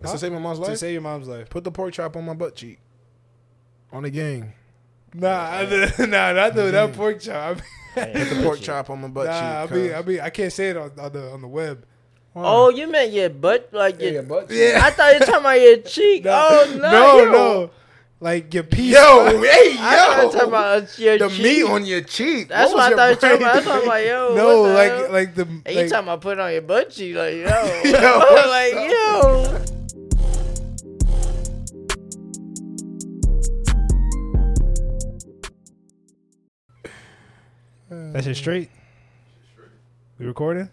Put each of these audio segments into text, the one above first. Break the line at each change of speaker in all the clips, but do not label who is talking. It's to save my mom's
to
life.
save your mom's life.
Put the pork chop on my butt cheek. On the gang.
Nah, I do, nah, not doing that pork chop. I mean,
Put the pork chop on my butt
nah, I
cheek.
mean,
cuz.
I mean, I can't say it on, on the on the web.
Oh, you meant your butt, like your.
butt.
Yeah.
I thought you were talking about your cheek. Oh no,
no,
yo.
no, like your piece.
Yo, hey,
I thought you were talking
yo.
about your
The
cheek.
meat on your cheek.
That's
was
what, I thought you were talking
your
about. I was talking about yo.
no,
what the
like
hell?
like the
And you
like,
talking about putting on your butt cheek, like yo,
Yo,
like yo.
That shit straight. We recording?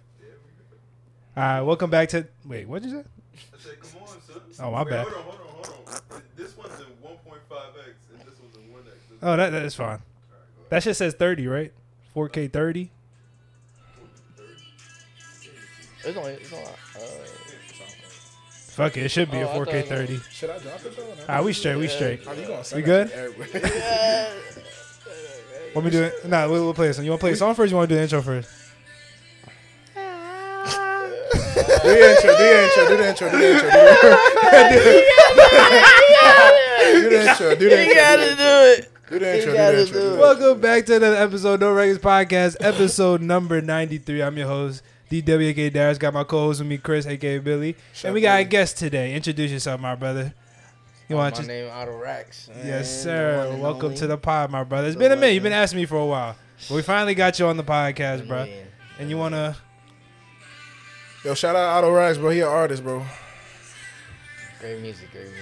All right, welcome back to. Wait, what did you say?
I said, come on, son.
Oh, my
Wait,
bad.
Hold on, hold on, hold on. This one's in 1.5x, and this one's in 1x. This
Oh, that that's fine. That shit says thirty, right? Four K thirty.
It's only, it's only, uh,
Fuck it, it should be
Oh,
a
I
four K
thought it
thirty.
Should I drop it though?
Ah, we straight, we straight.
Are you gonna
We good?
yeah.
Let me do it. Nah, we'll, we'll play a song. You want to play a song first? Or you want to do the intro first?
Do the intro, do the intro, do the intro, do the intro, do the intro. Do the intro, do the
You
intro,
gotta do it.
do the intro, do
gotta
the intro, do
do it.
the intro.
Welcome back to another episode, No Records Podcast, episode number 93. I'm your host, DWK Darius. Got my co host with me, Chris, aka Billy. and we got a guest today. Introduce yourself, my brother. You want
Uh, My
to?
name Otto Rax.
Yes,
man, the one
sir.
and
Welcome
only.
to the pod, my brother. It's
The
been a minute. You've
legend.
been asking me for a while. But we finally got you on the podcast, bro.
Yeah.
And you want to.
Yo, shout out Otto Rags, bro. He an artist, bro.
Great music, great music.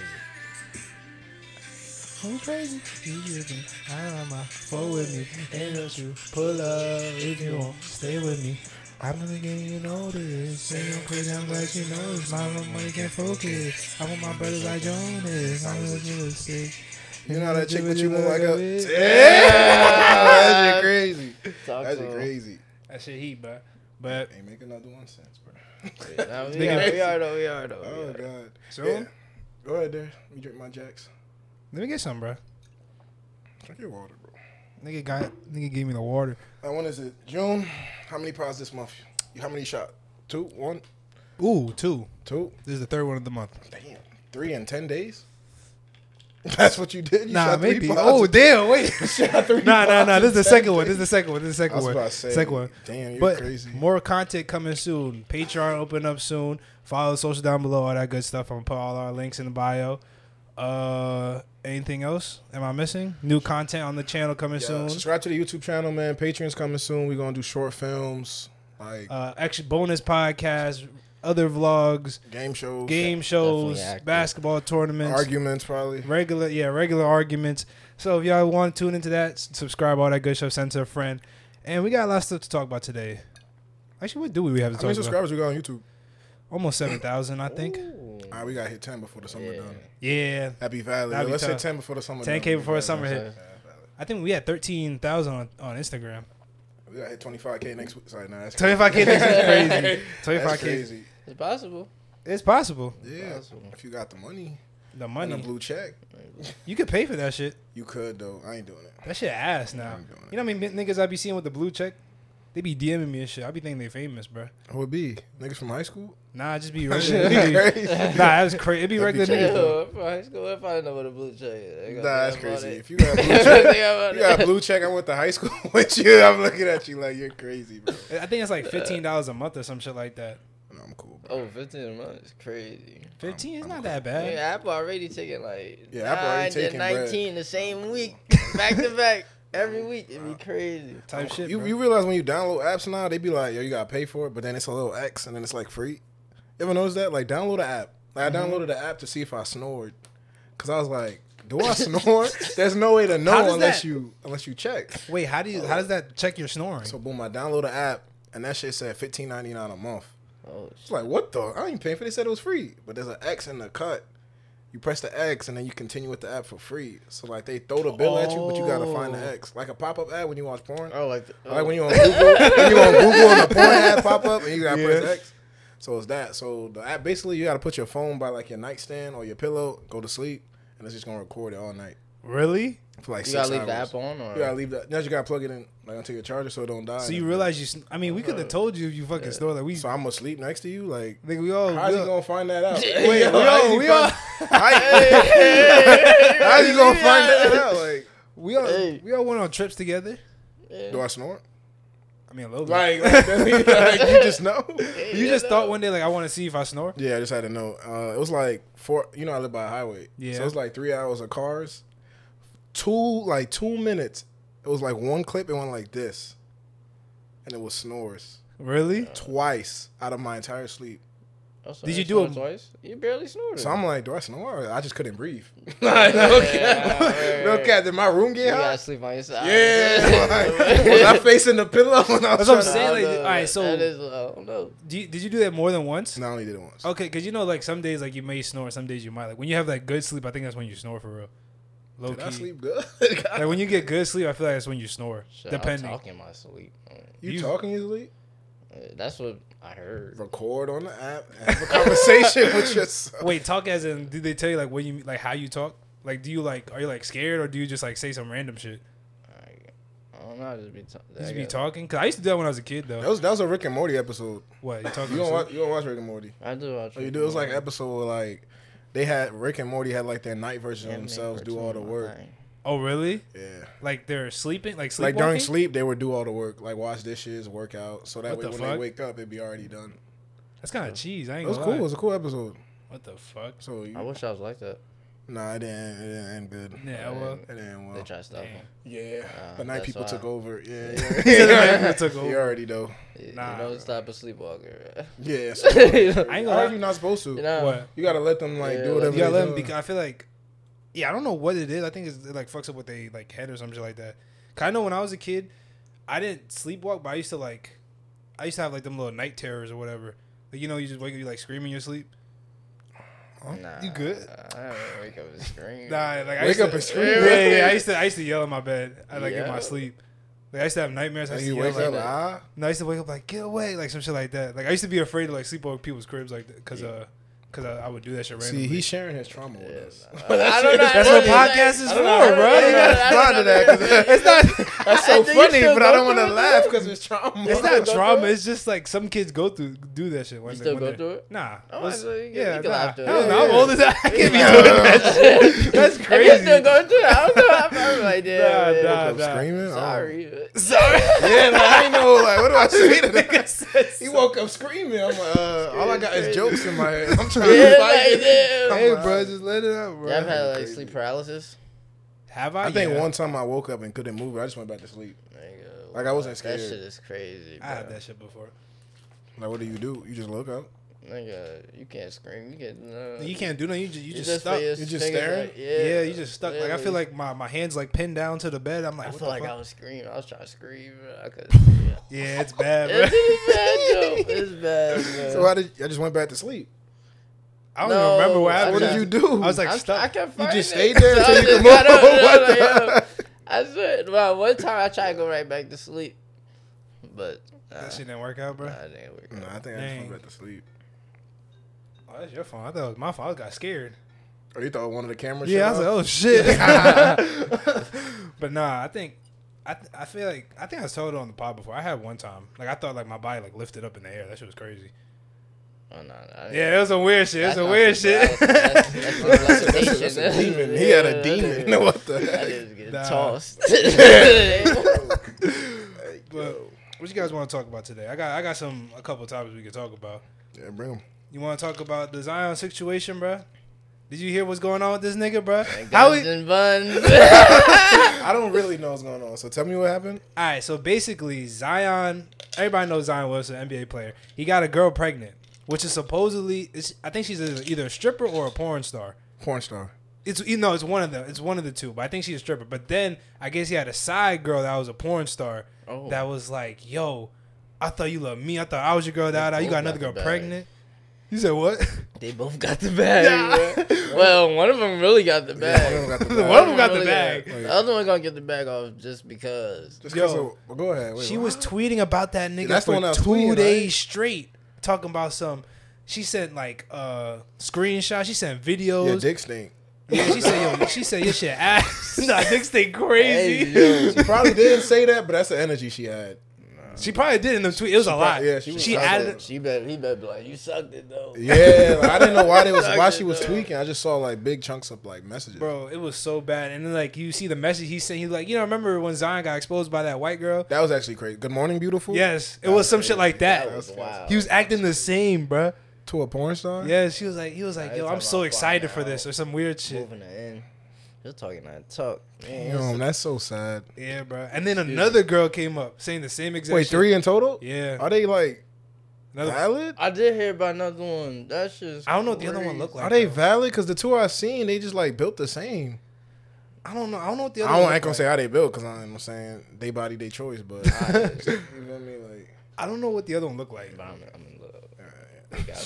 Oh, crazy. You with me. I have my phone with me. Ain't no you pull up if you want. Stay with me. I'm gonna get you notice. Say I'm crazy, I'm glad you notice. My little money can't focus. I want my brothers like Jonas. I'm gonna do a sick.
You know that chick that you move like
a
a. That shit crazy.
Talk
That
to
shit
him.
crazy.
That shit heat, bro. But
Ain't making another one sense, bro.
Nah, we,
Speaking
are,
of-
we are though. We are though. we
Oh
are.
god.
So?
Yeah. Go ahead there. Let me drink my jacks.
let me get some, bro.
Drink your water, bro.
Nigga got nigga gave me the water.
And when is it? June. How many pods this month? You- How many shot? Two, one,
Ooh, two.
two.
This is the third one of the month.
Damn. Three in ten days. That's what you did. You
Nah,
shot three
maybe.
pods.
Oh, damn! Wait.
Shot three
nah, nah, nah.
pods
This is
in 10
the second one. This is
days.
the second one. This is the
I
second
was
one.
about to say,
Second one.
Damn, you're
but
crazy.
more content coming soon. Patreon open up soon. Follow the social down below. All that good stuff. I'm gonna put all our links in the bio. Uh, anything else? Am I missing? New content on the channel coming
Yeah,
soon.
subscribe to the YouTube channel, man. Patreon's coming soon. We're gonna do short films, like
Uh, extra bonus podcast, other vlogs,
game shows,
game shows,
active.
basketball tournaments,
arguments, probably.
regular yeah regular arguments so if y'all want to tune into that s- subscribe all that good stuff send to a friend and we got a lot of stuff to talk about today actually what do we have to
How many
talk about
subscribers we got on YouTube?
almost 7000 i think
All right, we gotta hit ten before the summer done.
yeah
That'd be valid.
That'd
Yo,
be
Let's hit
tough.
ten before the summer.
10k
done.
before the
Valid.
summer hit
Yeah, valid.
i think we had 13000 on, on instagram
We gotta hit twenty five k next week. Sorry, nah, that's
25k next is crazy
That's
25k
crazy.
It's possible.
it's possible
Yeah,
Possible.
if you got the money,
the
money.
money
and a blue check,
you could pay for that shit
you could though. I ain't doing it.
that shit ass now
I'm doing it.
you know how many niggas i be seeing with the blue check they be dming me and shit i be thinking they famous bro
Who would be niggas from high school?
nah just be
That
regular
shit
it'd be-
crazy.
nah that's crazy it'd be
That'd be
regular niggas
crazy.
though.
Yo, from high school, if I know what a blue check is,
Nah, that's crazy. If you got a blue check, you got a blue check. I went to high school with you. I'm looking at you like you're crazy, bro.
I think it's like fifteen dollars a month or some shit like that.
No, I'm cool, bro.
Oh, 15 a month is crazy.
Fifteen is
I'm
not that
I
bad.
mean, Apple already taking like
Yeah, Apple already
nine to
taking bread.
19 the same week, back to back, every week. It'd be crazy.
Type shit.
You,
bro.
you realize when you download apps now, they be like, yo, you gotta pay for it, but then it's a little X and then it's like free. You ever notice that? Like, download an app. Like,
Mm-hmm.
I downloaded the app to see if I snored. Cause I was like, do I snore? There's no way to
How
know
does
unless
that-
you unless you check.
Wait, how do you? How does that check your snoring?
So boom, I download an app and that shit said fifteen ninety nine a month.
Oh,
It's like, what the? I ain't paying for. it. They said it was free, but there's an X in the cut. You press the X and then you continue with the app for free. So like they throw the bill at you, but you gotta find the
Oh.
X, like a pop up ad when you watch porn.
oh like, the,
Like when you on Google, when you on Google and the porn ad pop up and you gotta press
Yeah.
X. So it's that. So the app basically you gotta put your phone by like your nightstand or your pillow, go to sleep, and it's just gonna record it all night.
Really?
for like
You
six
gotta leave the
hours.
app on or
You gotta leave that. Now you gotta plug it in like onto your charger so it don't die.
So you realize you? sn- I mean, we could have told you if you fucking stole that. We
Uh, So I'm gonna sleep next to you. Like,
think we all.
how's
we
he
all-
gonna find that out?
Wait,
Yo,
we
how's
all.
he
We all.
gonna- How's he gonna find that out? Like,
We all.
Hey.
We all went on trips together.
do I snore?
I mean, a little bit.
Like, like, like, you just know.
you just thought one day, like, I want to see if I snore.
Yeah, I just had to know. Uh, it was like four. You know, I live by a highway.
Yeah.
So it was like three hours of cars. Two like two minutes. It was like one clip and one like this, and it was snores
Really?
twice out of my entire sleep.
Also,
Did
I
you do
snored
a-
twice? You barely snorted.
So I'm like, do I snore? I just couldn't breathe. Like, no cap.
Yeah,
No
right.
cap. Did my room
you
get
gotta
hot?
sleep on your side.
Yeah. like, was I facing the pillow when I was
That's what
trying
I'm
to-
saying,
I
like,
know,
alright, so-
that is, I don't know.
Do you, did you do that more than once?
No, I only did it once.
Okay, because you know, like some days, like you may snore, some days you might. Like when you have like good sleep, I think that's when you snore for real. Low
Did
key.
I sleep good?
Like when you get good sleep, I feel like that's when you snore.
Shit,
depending.
I'm talking in my sleep. Uh,
you,
You-
talking easily?
That's what I heard.
Record on the app. Have a conversation with yourself.
Wait, talk as in? Did they tell you like what you like how you talk? Like, do you like are you like scared or do you just like say some random shit?
I, I don't know. I just be, ta- I
Just be
guess-
talking. Cause I used to do that when I was a kid
That
though.
was that was a Rick and Morty episode.
What you talking?
You don't
to-
watch you don't watch Rick and Morty.
I do watch.
Oh, you do. It was like an episode where, like they had Rick and Morty had like their night version of themselves do all the work.
Oh really?
Yeah.
Like they're sleeping? Like
Like during
sleepwalking?
sleep, they would do all the work, like wash dishes, work out, so that
What
way
the
when they
fuck?
wake up, it'd be already done.
That's kind of cheese. I
It
ain't
was
gonna
cool. It
lie.
was a cool episode.
What the fuck?
So
I
you,
wish I was like that.
nah, it didn't, it didn't end good.
Yeah. Well,
It didn't
They
well.
try to stop
Damn.
him.
Yeah,
Uh,
the night
that's
people
why.
took over. Yeah,
The
yeah.
night people took
You
over.
already know.
You-
Nah,
you don't
bro.
stop a sleepwalker. right?
Yeah, so
You know?
I ain't
I
gonna
heard
lie.
you're not supposed to.
You know?
What?
You gotta let them like
Yeah,
do
let
whatever.
Yeah,
they
let 'em
doing.
because I feel like, yeah, I don't know what it is. I think it's, it like fucks up with they like head or something like that. Cause I know when I was a kid, I didn't sleepwalk, but I used to like, I used to have like them little night terrors or whatever. Like you know, you just wake up, you like screaming in your sleep.
Nah,
You good?
I don't wake up and scream.
Nah, like I
Wake
used
up
to,
and scream.
Yeah, yeah, I used to, I used to yell in my bed. I like in my
Yeah.
sleep. Like I used to have nightmares. I
And
used
you
to yell,
wake
like,
up, ah,
No, I used to wake up like get away, like some shit like that. Like I used to be afraid to like sleep over people's cribs, like because uh, because I, I would do that shit randomly.
see, he's sharing his trauma with us.
I don't know.
That's what podcast is for, bro. You gotta
respond to that, 'cause
it's not.
That's
I
so
think you
funny,
still
but I
go
don't want to
through it,
laugh because it's trauma.
It's not trauma. It's just like some kids go through do that shit. When
You
they-
still
when
go
they-
through it?
Nah.
Oh,
Let's-
so you can-
yeah,
you can
nah.
laugh through it.
Hell no,
Yeah,
I'm
yeah.
old as I can't be doing that shit. That's
If you
crazy.
still going through it, I don't know. I'm, I'm like,
Nah,
yeah, yeah,
nah.
Wake up screaming.
Sorry.
Sorry.
Oh. Yeah, like, I ain't know. Like, what do I say to
Nigga
that?
said
He
so-
woke up screaming. I'm like, uh, all I got is jokes in my head. I'm trying
Yeah,
to fight
like,
it.
damn.
I'm
Hey,
like,
bro, just let it out, bro.
Yeah, I've had like
crazy.
sleep paralysis.
Have I?
I think
Yeah.
one time I woke up and couldn't move. I just went back to sleep.
Nigga,
Like, I wasn't
That
scared.
shit is crazy. Bro.
I had that shit before.
Like, what do you do? You just look up.
Nigga, you can't scream. You can't. No.
You can't do nothing. You just, you
You
just,
just
stuck.
feel your
You just
fingers,
staring?
like,
yeah.
yeah,
you just stuck. Like I feel
literally.
like my, my hands like pinned down to the bed. I'm like,
I
what
feel
the
like
fuck?
I was screaming. I was trying to scream. But I couldn't. scream.
yeah, it's bad, bro.
It's bad, yo. It's bad. Man.
So I, did, I just went back to sleep.
I don't
No,
even remember what
I
happened.
What did you
tried-
do?
I was like
I'm-
stuck.
I can't
you
find
just
it.
stayed there
So I
until you
just
could move.
got up, and I was like, yo.
What the?
I swear. Well, one time I tried to go right back to sleep, but uh,
that shit didn't work out, bro.
nah, it didn't work.
Nah, I
out.
think I just
Dang.
went back to sleep.
Oh, that's your phone. I thought it was my phone. I got scared.
Or Oh, you thought one of the cameras?
Yeah, I was
shut
like,
off?
oh shit. but nah, I think I th- I feel like I think I told it on the pod before. I had one time, like I thought like my body like lifted up in the air. That shit was crazy.
Oh, nah, nah,
Yeah, it was some weird shit. It was
That's
some
not
weird
sleep
shit.
paralysis.
That's
That's- that's- that's
a-
hallucination.
that's a demon. He had a
Yeah,
demon.
that
What the
I
heck?
just get
Nah.
tossed.
but what you guys want to talk about today? I got I got some a couple topics we could talk about.
Yeah, bring him.
You want to talk about the Zion situation, bruh? Did you hear what's going on with this nigga, bruh? How
How
he,
and buns.
I don't really know what's going on. So tell me what happened.
All right, so basically, Zion. Everybody knows Zion Wilson, NBA player. He got a girl pregnant, which is supposedly. It's, I think she's a, either a stripper or a porn star.
Porn star.
It's you know, it's one of the it's one of the two, but I think she's a stripper. But then I guess he had a side girl that was a porn star
Oh.
that was like, "Yo, I thought you loved me. I thought I was your girl. Da da. You
both
got
got
another
the
girl
bag.
pregnant." You said what?
They both got the bag. bro. Well, one of them really got the
Porn
bag.
got the
One of
bag.
them got the
Really
bag.
The other one gonna get the bag off just because.
Just 'cause
Yo.
of- well, go ahead. Wait,
She
what?
was tweeting about that nigga
that's the
for
one I was
two
tweeting, right?
days straight, talking about some. She sent like uh screenshots. She sent videos.
Yeah, dick stink.
Yeah, she said, yo, she said, your shit ass. nah, niggas think crazy.
Hey,
She probably didn't say that, but that's the energy she had.
She probably did in the tweet. It was a lot.
probably- yeah, she
she,
was-
She
added.
bet, she bet, he bet be like, you sucked it though.
Yeah, like, I didn't know why they was why she was
Suck it,
tweaking. I just saw like big chunks of like messages.
Bro, it was so bad. And then, like, you see the message he sent. He's like, you know, remember when Zion got exposed by that white girl?
That was actually crazy. Good morning, beautiful.
Yes, it was some shit like that.
That was wild.
He was acting the same, bruh.
to a porn star.
Yeah, she was like, he was like,
Nah,
yo,
he's
I'm
talking
so
about
excited
flying
for this
out.
or some weird shit.
Moving it in. You're talking that talk. Man,
Damn, that's so sad.
Yeah, bruh. And then another girl came up saying the same exact.
Wait,
shit.
three in total?
Yeah.
Are they like
Another-
valid?
I did hear about another one. That shit's.
I don't know what the other one
crazy.
looked like.
Are they
though.
valid? Because the two I've seen, they just like built the same.
I don't know. I don't know what the other.
I don't
one
ain't gonna
looked
say
like.
how they built because I'm saying they body they choice, but you feel me? Like
I don't know what the other one looked like.
But I'm, I'm in love.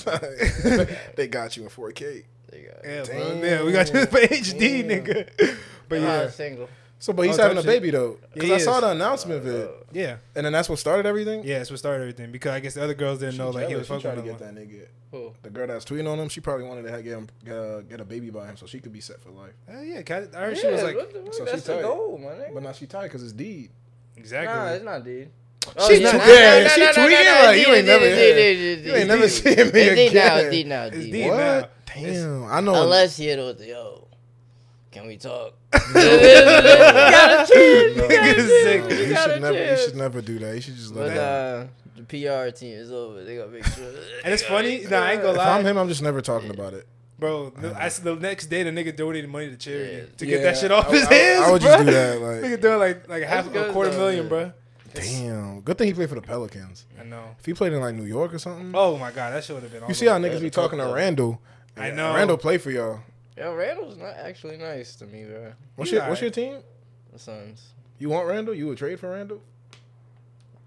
they got you in 4K.
They got
Yeah, bro.
Damn.
yeah, we got you for HD,
Damn.
nigga. But
But yeah,
yeah,
single.
So, but he's
Oh,
having a
don't you-
baby though. Because
He
I saw
is.
the announcement vid,
yeah,
and then that's what started everything.
yeah. That's what started everything because I guess the other girls didn't
She
know like he was
jealous. She tried
fucking
to
with
get
that.
that nigga.
Who?
The girl that's tweeting on him, she probably wanted to ha- get him get a, get a baby by him, so she could be set for life.
Uh, yeah, 'cause I heard she was like
what the, what,
so she
that's the
tight.
goal, my nigga.
But now she tied because it's deed.
exactly.
Nah, it's not dude.
Oh,
She's tw- yeah, she tweaking like, you ain't never-
You
You ain't never seen me
It's D now,
again.
D now,
It's
D.
D.
what?
now.
Damn, I know.
Unless you hit it with the yo. Can we talk? gotta chill.
No.
you gotta
Nigga's
chill,
sick.
No,
you
you
gotta
should never. You
chill.
should never do that. You should just let
But
it. out.
uh, the PR team is over. They gotta make sure.
and it's funny. Nah, I ain't gonna
If I'm
lie,
him, I'm just never talking about it.
bro. The, I, s- the next day, the nigga donated money to charity
Yeah.
to get that
Yeah,
shit off
I-
his
I-
hands.
I would just
bruh.
do that, like-
nigga doing like like half
That's good,
a quarter
though,
million,
yeah.
bro.
Damn. Good thing he played for the Pelicans.
I know.
If he played in like New York or something,
Oh my god, that shit would have been. all
you see how
over.
niggas be talking to Randall.
I
Yeah,
know.
Randall played for y'all.
Yo, Randall's not actually nice to me, bro.
What's
He
your What's your
alright.
team?
The Suns.
You want Randall? You would trade for Randall?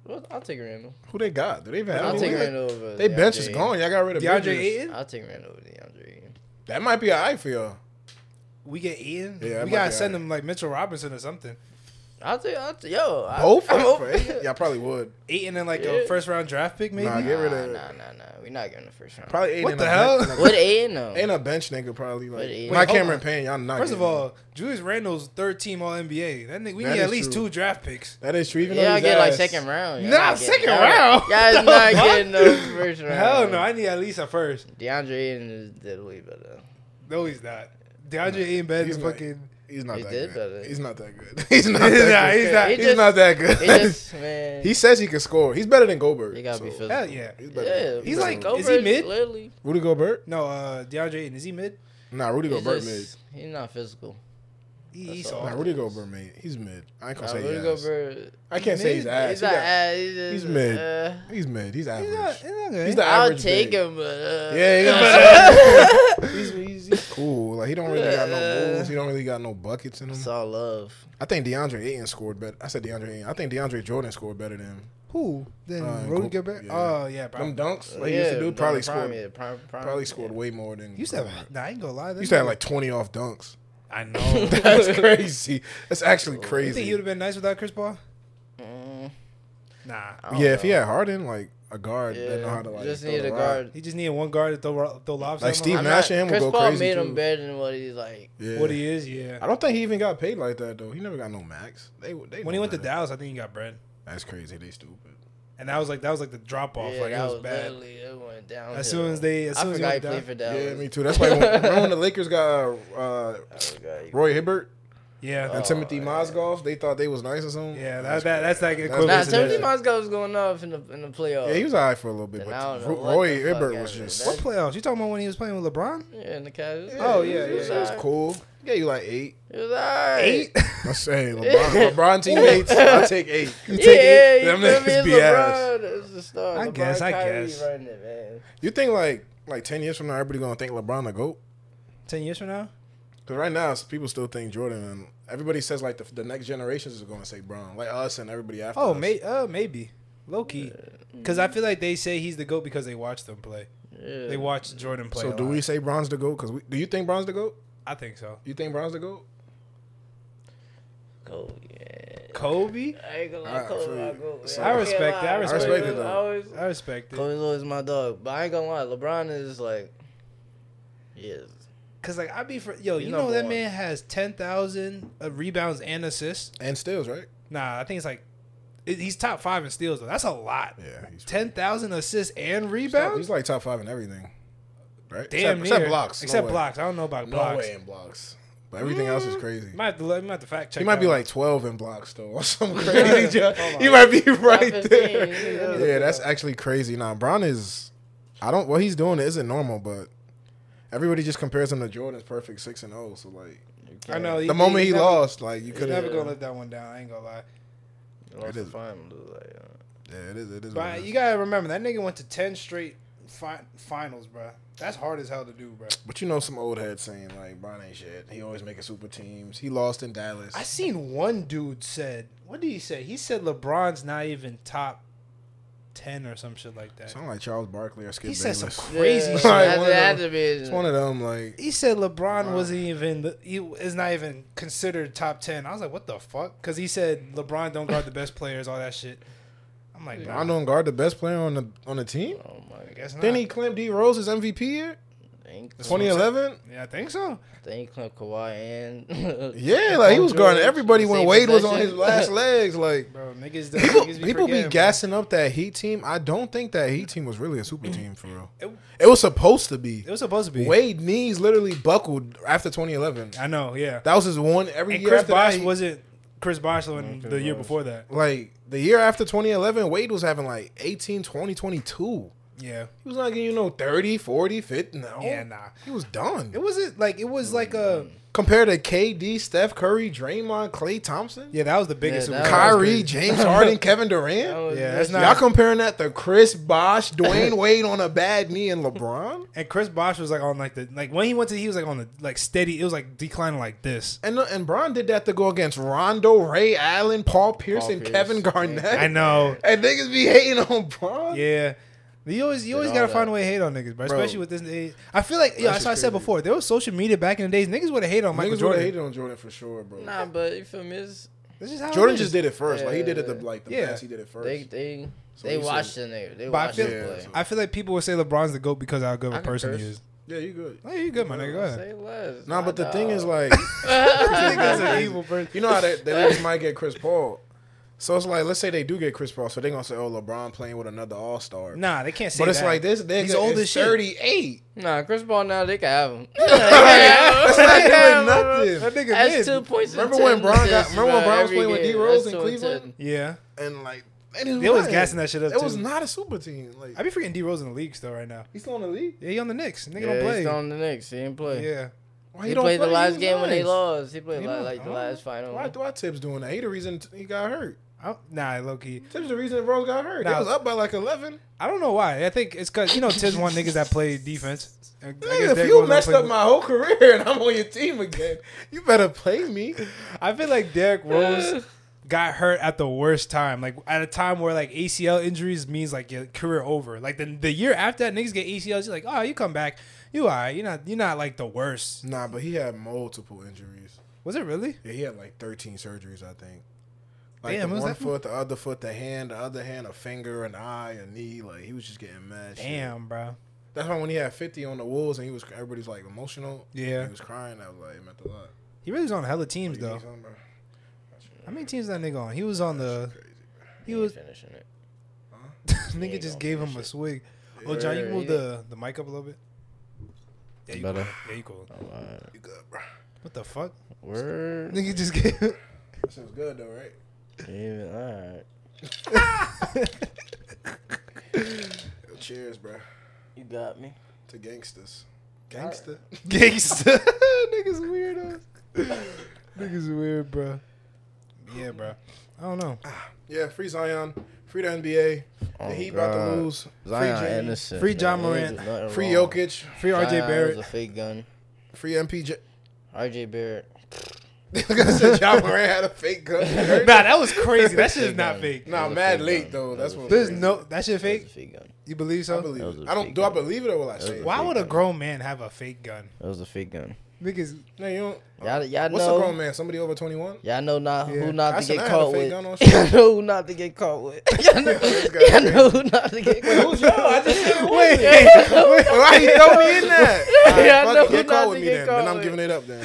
Well, I'll take Randall.
Who they got? Do they even have?
I'll take
anyone?
Randall over.
They bench
DeAndre
is
Ayton.
gone. Y'all got rid of
DeAndre
Bridges.
Ayton.
I'll take Randall over DeAndre. Ayton.
That might be alright for y'all.
We get Ayton.
Yeah, that
we
might
gotta
be
send
alright.
him like Mitchell Robinson or something.
I'll take. I'll take. Yo, I-
Both?
I'm
For
open.
Ayton? Y'all probably would.
Ayton and like
Yeah.
a first round draft pick, maybe.
Nah, get rid of-
Nah, nah, nah, nah. We're not getting the first round.
Probably Aiden.
What the
a
hell?
Bench,
What Aiden though?
Ain't a bench nigga probably
What
like.
Aiden?
Not
Wait, hold
Cameron
on.
Payne. Y'all not.
First of
getting him.
all, Julius Randle's third team All NBA. That nigga, we
That
need
is
at least
true.
two draft picks.
that is true. Even
Yeah,
though
I
he's
get like
ass.
second round. Y'all
Nah,
not getting-
second
y'all-
round?
Y'all
The
not
fuck?
getting no first round.
Hell no, I need at least a first.
DeAndre Ayton is did way better.
No, he's not. DeAndre Ayton better
He's
than
not.
fucking.
He's not
He
that good.
did better.
He's not that good. He's not
Nah,
that good.
he's not.
He
He's
just-
not that good.
It just man.
he says he can score. He's better than Goldberg.
you gotta be
so-
physical.
Hell yeah.
He's better.
Yeah,
He's
better
like-
than-
Go- is he
Goldberg's
mid?
Literally,
Rudy Gobert.
No, uh, DeAndre Ayton is he mid?
Nah, Rudy
he's,
Gobert mid.
just, he's not physical.
He,
That's
he's
all.
Nah,
soft.
Rudy Gobert mid. He's mid. I ain't gonna
Nah,
say
Rudy
he's ass.
Gobert,
I can't say he's
He's
ass.
he's
He
not
got-
ass. He's, just,
he's mid.
Uh,
He's mid. He's
He's not. He's
average.
not good.
He's the
I'll
average.
take
big.
him, but uh,
Yeah, you know what I'm saying? he's, he's, he's cool. Like he don't really got no moves. He don't really got no buckets in him.
it's all love.
I think DeAndre Ayton scored better. I said DeAndre Ayton. I think DeAndre Jordan scored better than him.
Who? Then
Uh,
Rudy
Go-
Gobert.
yeah.
Oh yeah, bro.
Them dunks, like he used to do,
no,
probably
prime,
scored.
yeah, prime- prime,
Probably
yeah.
scored way more than.
You used to
Gobert.
have. Nah, I ain't gonna lie.
You used to have like twenty off dunks.
I know.
That's crazy. That's actually
You think he
crazy.
would have been nice without Chris Paul?
Mm,
Nah.
I don't
Yeah, if he
know.
had Harden, like a guard that know how to like.
Oh. just
throw
need
the
a
rock.
guard.
He just needed one guard to throw ro- throw lobs.
Like
at him.
Steve
I'm
Nash. and him would
Chris
go
Paul
crazy,
made
too.
him better than what he's like.
Yeah.
not What he is, yeah.
I don't think he even got paid like that though. He never got no max. They, they
When he
know
went to
better.
Dallas, I think he got bread,
That's crazy. They stupid.
and that was like that was like the drop off.
Yeah,
like it
that
was,
was
bad.
literally it went down.
As soon as they, as
I
soon as he
forgot he
went
played
down,
for Dallas.
Yeah, me too. That's why when, remember when the Lakers got uh, uh,
I forgot he-
Roy Hibbert
yeah,
and
Oh,
Timothy
yeah.
Mozgov. They thought they was nice or something.
yeah. That, that that's like equivalent.
Nah,
Nah,
to
Timothy
that.
Mozgov was going off in the in the playoffs.
Yeah, he was alright for a little bit,
And
but
I don't know
Ro-
what
Roy
the fuck
Hibbert was
happened.
just.
What playoffs? You talking about when he was playing with LeBron?
yeah, in the Cavs.
Oh, yeah,
he
It
was
was,
yeah.
it was
alright.
cool. Yeah, you like eight.
He was alright.
Eight.
I say LeBron, LeBron teammates. I take eight. You
Yeah,
take eight.
you
Them
feel me?
niggas
It's
be ass.
LeBron. It's the star.
I
LeBron,
guess, I
Kyrie
guess.
Running it, man.
You think like like ten years from now, everybody gonna think LeBron the goat?
Ten years from now,
Because right now, people still think Jordan. and Everybody says like the, the next generations is gonna say Brown, like us and everybody after.
oh,
us.
may, uh, maybe low key, because I feel like they say he's the goat because they watched him play.
Yeah.
They watched Jordan play.
So
a
do
lot.
we say Bron's the goat? Because do you think Bron's the goat?
I think so.
You think Bron's the goat?
Kobe. Yeah.
Kobe,
I ain't gonna
All
lie,
right,
Kobe.
so-
my goat,
so-
man.
I respect
can't
it, I
lie.
respect
Kobe's
it, though.
always-
I respect it.
Kobe's always my dog, but I ain't gonna lie. LeBron is like, he is
Cause like I be for yo,
He's
you know
number
that
one.
man has ten thousand uh, rebounds and assists.
And steals, right?
Nah, I think it's like it- he's top five in steals though. That's a lot.
Yeah, he's-
ten thousand assists and
Top-
rebounds.
He's like top five in everything. Right?
Damn
except,
near.
except blocks. No
Except
way.
blocks. I don't know about
No
blocks.
way in blocks. But everything else is crazy.
Might have to let- might have to fact check.
He might
that
be
one.
like 12 in blocks, though, or some crazy
Oh
job. He might be right
15.
there.
Yeah.
Yeah, that's actually crazy. Now, Brown is, I don't, what he's doing isn't normal, but everybody just compares him to Jordan's perfect 6 and 0. So, like,
I know
the moment he
never-
lost, like, you
He's
could have.
never gonna let that one down. I ain't gonna lie.
Lost
It
the
is.
final, dude, like, uh,
Yeah, it is. It is. what it
But
is.
you gotta remember that nigga went to ten straight fi- finals, bro. That's hard as hell to do, bro.
But you know, some old head saying, like, Brown ain't shit. He always making super teams. He lost in Dallas.
I seen one dude said, what did he say? He said LeBron's not even top ten or some shit like that.
Sound like Charles Barkley or Skip
he said
Bayless.
some crazy
yeah,
shit.
Like,
had
one
to-
of
had
them-
to be his-
it's one of them, like,
He said LeBron
Wow.
wasn't even he is not even considered top ten. I was like, what the fuck? Because he said LeBron don't guard the best players, all that shit. I'm like,
Brown
nah,
don't guard the best player on the on the team.
Oh my
I
god.
guess not.
Then he clamped D Rose's MVP year,
Thank,
what I'm saying.
2011.
yeah, I think so.
thank Clint Kawhi and
Yeah, like he was guarding
George,
everybody when
same
Wade was on
possession.
his last legs. Like
Bro, niggas, the,
people,
niggas be
people be
forgetting, bro.
gassing up that Heat team. I don't think that Heat team was really a super team for real.
It-
It was supposed to be.
It was supposed to be.
Wade knees literally buckled after 2011.
I know, yeah.
That was his one every
And
year.
Chris
after that,
Bosh
he-
wasn't Chris Bosh when
Chris
the year
Bosh.
before that.
like the year after 2011. Wade was having like 18, 20, 22.
Yeah,
He was not getting you know 30, 40, 50. No,
yeah, nah.
he was done.
It wasn't like it was like
Mm.
a
Compared to KD, Steph Curry, Draymond, Clay Thompson,
yeah. That was the biggest.
Yeah,
one.
that was
Kyrie, James Harden, Kevin
That
Durant.
was-
Yeah, that's Oh, not-
Y'all comparing that to Chris Bosh, Dwayne Wade on a bad knee, and LeBron.
and Chris Bosh was like on like the like when he went to he was like on the like steady. It was like declining like this.
And and Bron did that to go against Rondo, Ray Allen, Paul Pierce,
Paul
and
Pierce.
Kevin Garnett.
I know.
And niggas be hating on Bron.
Yeah. You always you always
all
gotta
that.
find a way to hate on niggas, bro.
Bro.
Especially with this. day- I feel like yeah,
That
that's what I
shit's
said
crazy.
before. There was social media back in the days. Niggas would have hated on Michael
Niggas would
Jordan.
have hated on Jordan for sure, bro.
Nah, but you feel me? It's-
This is how it
Jordan
is.
just did it first. like he
Yeah.
did it the like the
Yeah.
best he did it first.
They they
So
they
you said-
watched the nigga. They
But I
watched
feel-
him play.
Yeah.
I feel like people would say LeBron's the goat because of how good
I
of a
can
person he
curse.
is.
yeah, you good.
Hey, you good, my nigga? Go ahead.
Say less.
Nah,
my
but the thing
dog.
is like
This nigga's an evil person.
You know how they, they just might get Chris Paul. So it's like, let's say they do get Chris Paul, so they're gonna say, "Oh, LeBron playing with another All Star."
Nah, they can't say
but it's
that.
like this. They're
He's old as shit.
Thirty eight.
nah, Chris Paul now they can have him.
That's not doing
That
nothing.
nigga
That's
mid.
two points. and
Remember when
10
Bron got-
assists,
remember when
bro,
Bron was
every
playing with
game.
D-Rose
That's
in
two and
Cleveland?
10.
Yeah.
And like,
They was gassing that shit up
It
too.
was not a super team. Like,
I be forgetting D Rose in the league still right now.
he's still in the league.
Yeah, he on the Knicks. Nigga
Yeah,
don't play.
he's on the Knicks. He didn't play.
Yeah.
Why
He, played the
play?
last
was
game when they
nice.
lost. He played
He
like,
don't-
like the
I don't-
last final.
Why, why Tibbs doing that? He the reason he got hurt.
I, nah, low key.
Tibbs the reason Rose got hurt.
Nah.
They was up by like eleven.
I don't know why. I think it's because you know Tiz one niggas that play defense. I, I guess
Nigga, if
Derrick
you
Rose don't
messed
play
up
good-
my whole career and I'm on your team again, you better play me.
I feel like Derrick Rose got hurt at the worst time, like at a time where like ACL injuries means like your career over. Like the the year after that, niggas get ACLs. You're like, oh, you come back, you alright. You're not you're not like the worst.
Nah, but he had multiple injuries.
Was it really?
Yeah, he had like 13 surgeries, I think. Like
Damn, it
the
was
one
that-
foot, the other foot, the hand, the other hand, a finger, an eye, a knee. Like he was just getting mad. shit.
Damn, bro.
That's why when he had 50 on the Wolves and he was everybody's like emotional.
Yeah.
He was crying. I was like, it meant a lot.
He really was on hella teams
Like,
though.
he's on, bro.
How many teams that nigga on? He was on the
Crazy, bro.
he was
finishing it.
nigga
ain't
just
gonna
gave him
finish
a
it.
swig. Oh, John, you
Yeah,
can move
yeah.
the, the mic up a little bit. Yeah, you cool.
Better.
Yeah, you cool.
Oh, all right.
You good, bro.
What the fuck?
Word.
Nigga just gave.
That sounds good though, right?
Even all right.
Yo, cheers, bro.
You got me.
To gangsters. Gangster.
Gangsta. Niggas weirdos. Niggas weird, bro. Yeah, bro. I don't know.
Ah, Yeah, free Zion. Free the NBA.
Oh,
the Heat about
God.
to lose.
Zion
free James.
innocent.
Free John
man. He
Morant.
did nothing
Free
wrong.
Jokic.
Free RJ
Zion
Barrett.
was a fake gun.
Free MPJ.
RJ Barrett.
like I said, John Moran had a fake gun.
nah, that was crazy. That shit is not
Fake
fake.
gun.
Nah,
That was a
mad
fake
late
gun.
though.
That
That's
was
what.
There's
crazy.
no. That shit
That was a
fake.
fake gun.
You believe
I
so?
believe
That was
it.
a
I don't.
fake
Do I
gun.
believe it or will I say? it?
Why would a
gun.
grown man have a fake gun?
That was a fake gun.
Niggas,
No, you don't.
Y'all, y'all
What's
know.
a grown man? Somebody over twenty one?
Y'all know not
Yeah.
who not
I
to
should
get
have
caught
a fake
with.
gun on
Y'all know who not to get caught with. Y'all know,
guy's
y'all know who not to get caught
Who's
with.
y'all?
wait,
Why you throw me in that?
Yeah, I
All right,
know
fuck it, get
not
caught
to
with me
get
then.
caught
Then I'm
with.
giving it up then.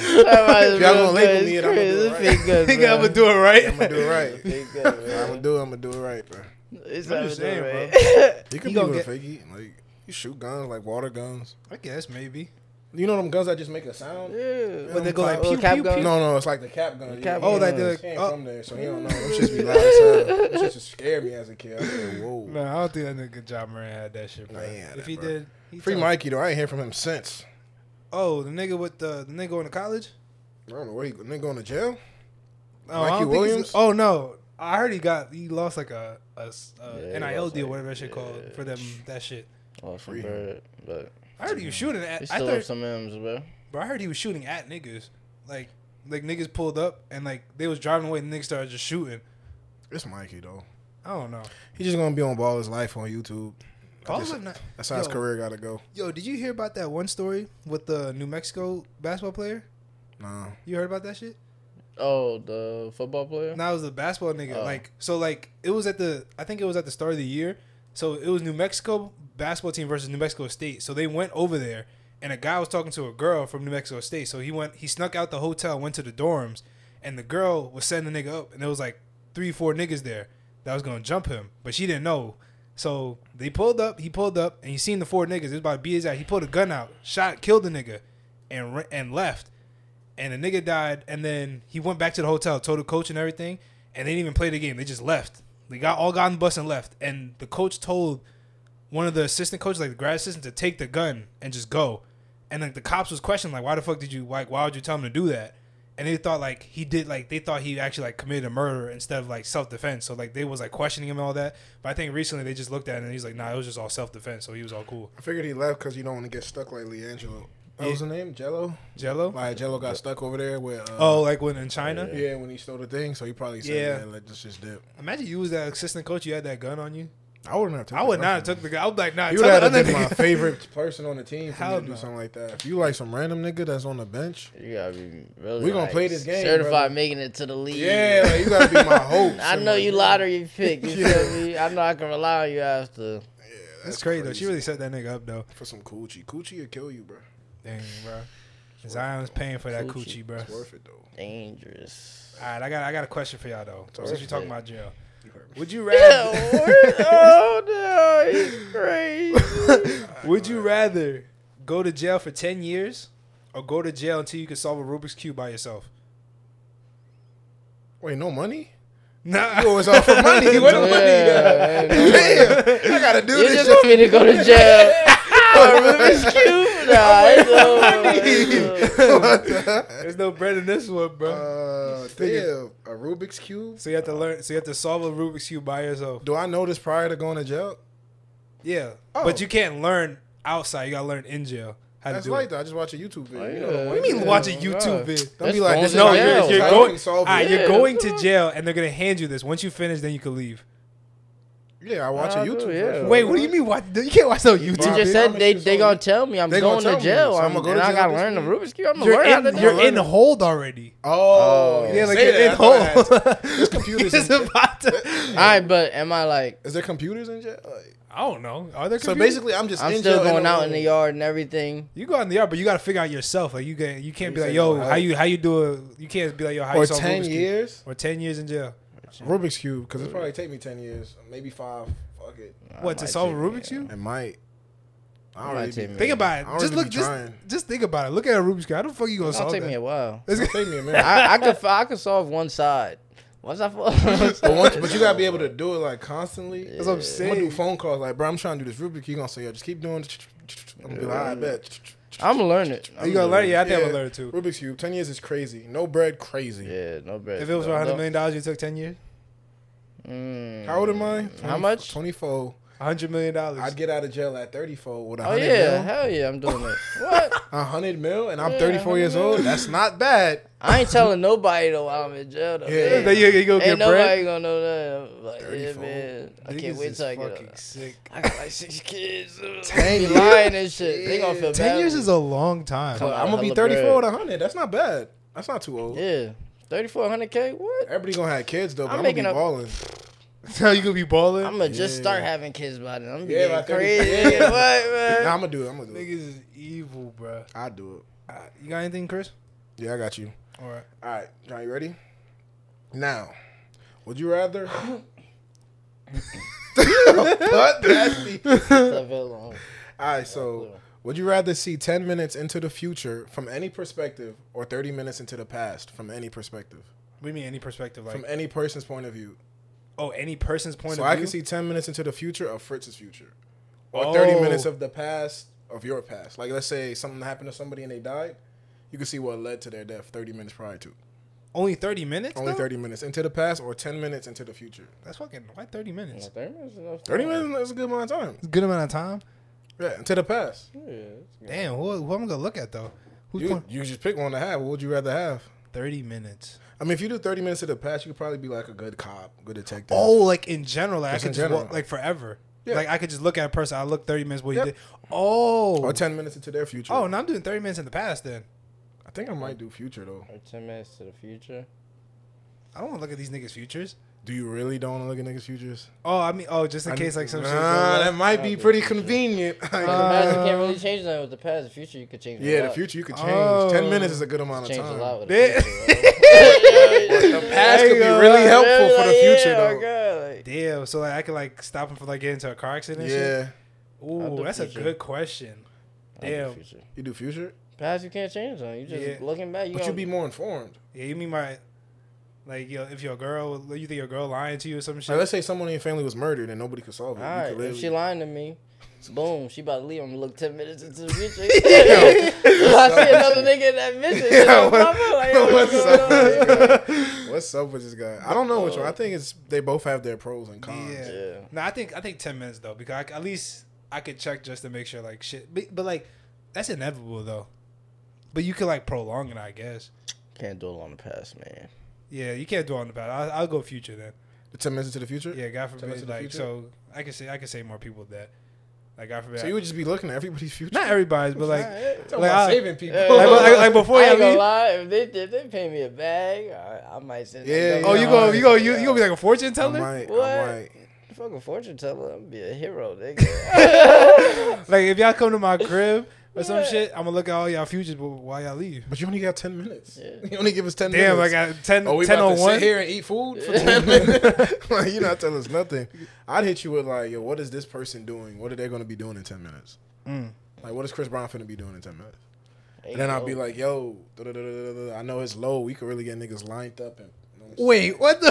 Y'all
y'all gonna label me and I'ma do it right.
nigga, I'm gonna do it right.
I'm gonna do it right. I'm
right.
gonna do it. I'm gonna do it right, bro.
It's
I'm
I'ma
just
do
saying,
it right.
You can
You
be
gonna
with a fakie. Like you shoot guns, like water guns.
I guess maybe.
You know them guns that just make a sound.
Yeah.
When they go like
Little
pew
cap
pew
gun.
pew.
No, no, it's like the cap gun.
The cap
oh,
gun.
that
Oh,
dude
they
came
do, like,
from there, so he don't know. Them shits be loud as hell. Them shits just scared me as a kid. I was like, whoa.
No, I don't think that nigga John Moran had that shit, bro.
Nah, he had
if
that,
he
bro.
did, he
Free
tough.
Mikey though. I ain't hear from him since.
Oh, the nigga with the the nigga going to college.
I don't know where he nigga going to jail.
Oh,
Mikey
I don't think he's-
Williams?
oh no, I heard he got he lost like a, a, s- a
Yeah, he
nil
lost,
deal,
like,
whatever that shit called
yeah.
for them that shit.
Oh, it's
Free.
some bird, but
I heard he was shooting
we
at. I
still
thought,
have some M's, bro.
bro, I heard he was shooting at niggas. Like like niggas pulled up and like they was driving away and niggas started just shooting.
It's Mikey though.
I don't know.
He's just gonna be on Ball His Life on YouTube. I
All
just-
I'm not-
That's how his
Yo.
career gotta go.
Yo, did you hear about that one story with the New Mexico basketball player?
Nah.
You heard about that shit?
Oh, the football player.
No, it was the basketball nigga.
Oh.
Like so, like it was at the I think it was at the start of the year. So it was New Mexico basketball team versus New Mexico State. So they went over there, and a guy was talking to a girl from New Mexico State. So he went, he snuck out the hotel, went to the dorms, and the girl was setting the nigga up, and there was like three, four niggas there that was gonna jump him, but she didn't know. So they pulled up, he pulled up, and he seen the four niggas. It was about to be his out. He pulled a gun out, shot, killed the nigga, and ra- and left and the nigga died, and then he went back to the hotel, told the coach and everything, and they didn't even play the game. They just left. They got all got on the bus and left. And the coach told one of the assistant coaches, like the grad assistant, to take the gun and just go. And like the cops was questioning, like, why the fuck did you like why would you tell him to do that? And they thought like he did like they thought he actually like committed a murder instead of like self defense. So like they was like questioning him and all that. But I think recently they just looked at it and he's like, nah, it was just all self defense. So he was all cool.
I figured he left because you don't want to get stuck like Leangelo. What was the name? Jello?
Jello?
Like Jello got stuck over there with. Uh,
Oh, like when in China?
Yeah, when he stole the thing, so he probably said,
Yeah.
yeah, let this just dip.
Imagine you was that assistant coach, you had that gun on you.
I wouldn't have. Took
I
that
would
up
not have
from him.
took the guy. I would be like, nah,
You
tell
would have
that
been
other
my
nigga.
favorite person on the team for me
Hell
to do
no.
something like that. If you like some random nigga that's on the bench,
You gotta be really.
We gonna
like,
play this game,
Certified
brother.
making it to the league.
yeah, like, you gotta be my hope.
I know you lottery pick. You
Yeah.
feel me? I know I can rely on you after.
That's crazy, though. She really set that nigga up though.
for some coochie. Coochie will kill you, bro.
Dang, bro. Zion's paying for that
Coochie.
coochie, bro. All
It's worth it though.
Dangerous.
right, I got I got a question for y'all though.
Worth
Since you're talking
it.
about jail,
You heard
would you
Yeah,
rather?
word- oh no, he's crazy.
would you rather go to jail for ten years or go to jail until you can solve a Rubik's cube by yourself?
Wait, no money?
Nah.
You always out for money. Where the
Yeah,
money?
man,
at? Damn, I gotta do
You
this
just
shit.
want me to go to jail? Oh, for Rubik's cube? Nah, it's over. It's over.
What the-
There's no bread in this one, bro.
uh, damn, a Rubik's cube.
so you have to learn. So you have to solve a Rubik's cube by yourself.
Do I know this prior to going to jail?
Yeah,
Oh.
but you can't learn outside. You gotta learn in jail how
That's
to do
light
it.
though. I just watch a YouTube video.
Oh, Yeah.
You know,
What do you mean
Yeah,
watch a
God.
YouTube video?
Don't
That's
be like
going
this.
to
No,
jail.
you're, Ah,
You're
going.
going-
Solve
All right,
it.
Yeah,
you're going
that's
to jail, and they're gonna hand you this. Once you finish, then you can leave.
Yeah, I watch a
Ah, I do,
YouTube.
yeah.
video.
Wait, what do you mean? What? You can't watch no
You
YouTube.
Bro,
just
bitch,
said
I'ma
they
shoot
they
some-
gonna tell me I'm
They gonna
going to
tell me,
jail.
so
I'm,
I'ma go to
and I
jail
gotta
this
learn the
week.
Rubik's cube. I'm gonna
You're
learn how to
in.
do
You're
it.
in hold already.
Oh,
Oh.
yeah,
Yeah, like
say
you're
that.
in
I thought I had to.
hold.
computers
It's
in-
about to.
All right, but am I like?
Is there computers in jail? Like,
I don't know. Are there?
so
computers?
basically, I'm just
I'm
in
still
jail
going
a
out
room.
in the yard and everything.
you go out in the yard, but you gotta figure out yourself. Like you can you can't be
You
like,
said
yo,
no.
how you how you do it? You can't be like, yo, how
Or
you solve
ten
Rubik's cube?
years.
or ten years in jail.
Rubik's cube, because it probably take me ten years, maybe five. Fuck it,
I
What to
might
solve a
take
Rubik's
it, yeah.
cube?
it might. I
It
don't
might
really
take
be,
me-
Think about it.
I don't
Just
really
look.
be
Just
trying.
just think about it. Look at a Rubik's cube. How the fuck you gonna
It'll
solve
take me
that?
a while.
It's
It'll
gonna-
take me a minute.
I, I could f- I could solve one side. Once I solve,
but, once, but you gotta be able to do it like constantly.
That's what I'm
I'm gonna do
saying.
phone calls like, bro, I'm trying to do this Rubik's. You gonna say, yo, just keep doing. it." I'm gonna be like, I bet.
I'm gonna learn it. I'm
You gonna learn?
it.
Yeah, I think I'm gonna learn it too.
Rubik's cube, ten years is crazy. No bread, crazy.
Yeah, no bet.
If it was for
No,
hundred
no.
million dollars, you took ten years.
Mm.
How old am I?
How much?
Twenty four.
hundred million dollars.
I'd get out of jail at 34 with a
Oh
100
yeah,
mil.
hell yeah, I'm doing it. What?
A 100 mil, and I'm
Yeah,
34 years
100 mil.
old. That's not bad.
I ain't telling nobody though while I'm in jail though.
Yeah.
man.
Then you, you go
Ain't
get
nobody
bread.
gonna know that. I'm like, yeah,
34.
man. I
Niggas
can't wait
is
till I get
fucking
up.
sick.
I got like six kids.
Ten
Ten be lying and shit. They gonna feel bad.
Ten years
for
is a long time.
Come on.
I'm gonna be
hella
34 with
bread.
a 100. That's not bad. That's not too old.
me. Yeah, thirty four hundred k. What?
Everybody gonna have kids though, but
I'm
I'm, gonna be
making a-
balling.
So you gonna be balling?
I'm gonna just
Yeah.
start having kids by then. I'm gonna be
Yeah,
getting
by 30.
crazy.
Yeah.
what, man?
Nah, I'm gonna do it. I'm gonna do it.
Niggas is evil, bruh.
I do
Uh, You got anything, Chris?
it. Yeah, I got you.
All right.
All right, John, you ready? Now, would you rather? what? Nasty.
That felt long.
All right, so would you rather see 10 minutes into the future from any perspective or 30 minutes into the past from any perspective?
We mean any perspective, like
From any person's point of view.
oh, any person's point
so
of
I
view.
can see 10 minutes into the future of Fritz's future or 30
Oh.
minutes of the past of your past. Like, let's say something happened to somebody and they died. You can see what led to their death 30 minutes prior to.
only thirty minutes.
Only
though?
30 minutes into the past or 10 minutes into the future.
That's fucking why thirty minutes.
Thirty minutes. is enough
30
time.
minutes is a good amount of time.
It's a good amount of time.
Yeah, into the past.
Yeah, that's
Damn, who, who am I gonna look at though? Who's
You,
going
you just pick one to have. What would you rather have?
thirty minutes?
I mean, if you do 30 minutes to the past, you could probably be like a good cop, good detective.
Oh, like in general, like I
Just
could
in
just
general.
walk like forever.
Yeah.
Like I could just look at a person. I look thirty minutes what
Yep.
you did. Oh,
Or 10 minutes into their future.
oh, no, I'm doing thirty minutes in the past. Then
I think I might do future, though.
good. Or ten minutes to the future.
I don't want to look at these niggas' futures.
Do you really don't want to look at niggas' futures?
Oh, I mean, oh, just in
I-
case like some
nah,
shit. goes
that
left.
might be
Okay,
pretty
future.
convenient.
The past, you
Uh,
can't really change that with the past. The future, you could change. a
yeah, the
lot.
future you could change.
Oh.
10 minutes is a good amount of
Change a lot
time.
with
Yeah.
the future.
The past could be
There you go.
really helpful for the future, though.
though.
Damn, so like I could like stop him from like getting into a car accident. and shit?
Yeah,
Ooh,
the
that's
future.
a good question. Damn.
you do future,
Past you can't change on. You just
Yeah.
looking back. You
but
gonna,
you'd be more informed.
Yeah, you mean my like yo, if your girl, you think your girl lying to you or some shit?
Like, let's say someone in your family was murdered and nobody could solve it.
all
You
right.
could
If she
literally-
lying to me, boom, she about to leave. I'm gonna look ten minutes into the future. I see another nigga in that mission. you know,
what-
mama, like, yo,
what's
what's going on
up?
here?
What's up with this guy? I don't know which one. I think it's they both have their pros and cons.
Yeah.
Yeah.
No, I think I think ten minutes though, because I c at least I could check just to make sure like shit. But, but like that's inevitable though. But you could like prolong it, I guess.
Can't do it on the past, man.
Yeah, you can't dwell on the past. I'll, I'll go future then.
The ten minutes into the future.
Yeah, God
Tell us
forbid.
in the
Like
future?
so, I could say I could say more people that. Like God forbid.
So you would just be looking at everybody's future.
not everybody's, but like
Alright.
Talking
like,
about
I-
saving people.
Yeah.
like, like, like before
I
you
ain't gonna
leave.
lie. If they if they pay me a bag, I, I might send. that
Yeah,
joke
Oh, you
Yeah.
go,
out.
you go, you you gonna be like a fortune
I
teller?
might, I
What?
might.
Fuck a fortune teller. I'm gonna be a hero, nigga.
Like if y'all come to my crib or some
Yeah.
shit, I'm gonna look at all y'all futures, but why y'all leave?
But you only got ten minutes.
Yeah.
You only give us ten
Damn,
minutes.
like I got 10,
oh, we
10
about
on
to
one.
sit here and eat food for ten minutes. like you're not telling us nothing. I'd hit you with like, yo, what is this person doing? What are they gonna be doing in ten minutes?
Mm.
Like, what is Chris Brown finna be doing in ten minutes? And then I'll be like, yo, da-da-da-da-da-da, I know it's low. We could really get niggas lined up and.
Wait, what the?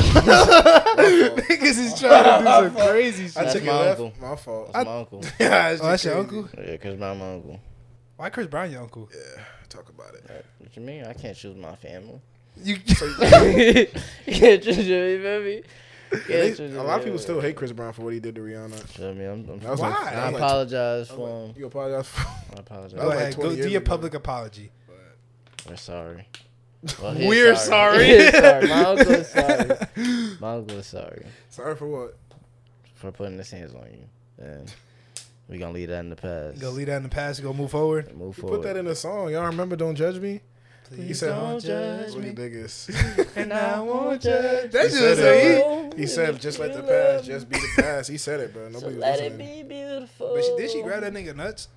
Niggas is trying to do some crazy shit.
I
That's
took it
my
left.
uncle.
My fault.
That's my uncle.
yeah,
Oh, that's your uncle.
Yeah, cause my my uncle.
Why Chris Brown your uncle?
Yeah, talk about it.
What you mean? I can't choose my family.
You
you can't choose your you feel me?
Yeah,
You can't
they-
choose
a
your
lot of people
family.
still hate Chris Brown for what he did to Rihanna.
Feel me? I'm, I'm,
That was
Why?
Like, that
I
was like-
apologize
that
for
was like-
'em.
you apologize for.
I
go
That was
apologize.
like
ahead,
20
go do
years
your
ago.
public apology.
We're sorry.
We're sorry.
We're sorry. My uncle is sorry. My uncle is sorry
Sorry for what?
for putting his hands on you. And we gonna leave that in the past.
Go lead that in the past. Go move forward.
And Move
He
forward.
put that in a song. Y'all remember "Don't Judge Me"?
Please
said,
don't
"Don't
judge
judge
Look
me,
at niggas.
and I won't judge.
judge
That's
He
just
said it,
so.
bro. He said, "Just let the past, just be the past." He said it, bro.
So
Nobody was
let it
listening.
be beautiful. Oh,
But she, did she grab that nigga nuts?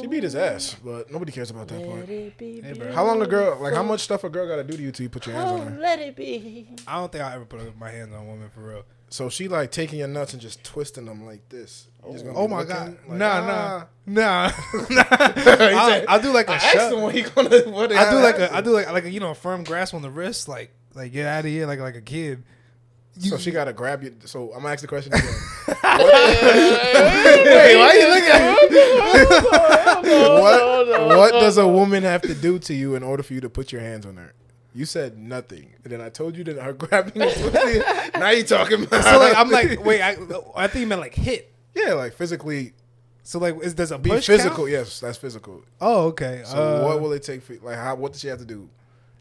She beat his ass, but nobody cares about that part.
Hey, bro.
How long a girl, like, how much stuff a girl gotta do to you till you put your hands on her?
Oh, let it be.
I don't think I ever put my hands on a woman for real.
So she like taking your nuts and just twisting them like this. You just gonna
Oh
be
my
looking,
god,
like,
nah,
ah.
nah, nah, nah. I,
said-
I do like a
I
shove.
asked him what he gonna. What
I do like a, I do like like a, you know a firm grasp on the wrist, like like get out of here, like like a kid.
So she gotta grab you. So I'm gonna ask the question again.
Wait, why you looking? at me?
what What does a woman have to do to you in order for you to put your hands on her? You said nothing, and then I told you that her grabbing. and twisting- now you talking about?
So like I'm like wait, I, I think you meant like hit.
Yeah, like physically
So like, is does a
be
push count?
physical. Yes, that's physical.
Oh, okay.
So
Uh,
what will it take for like how what does she have to do?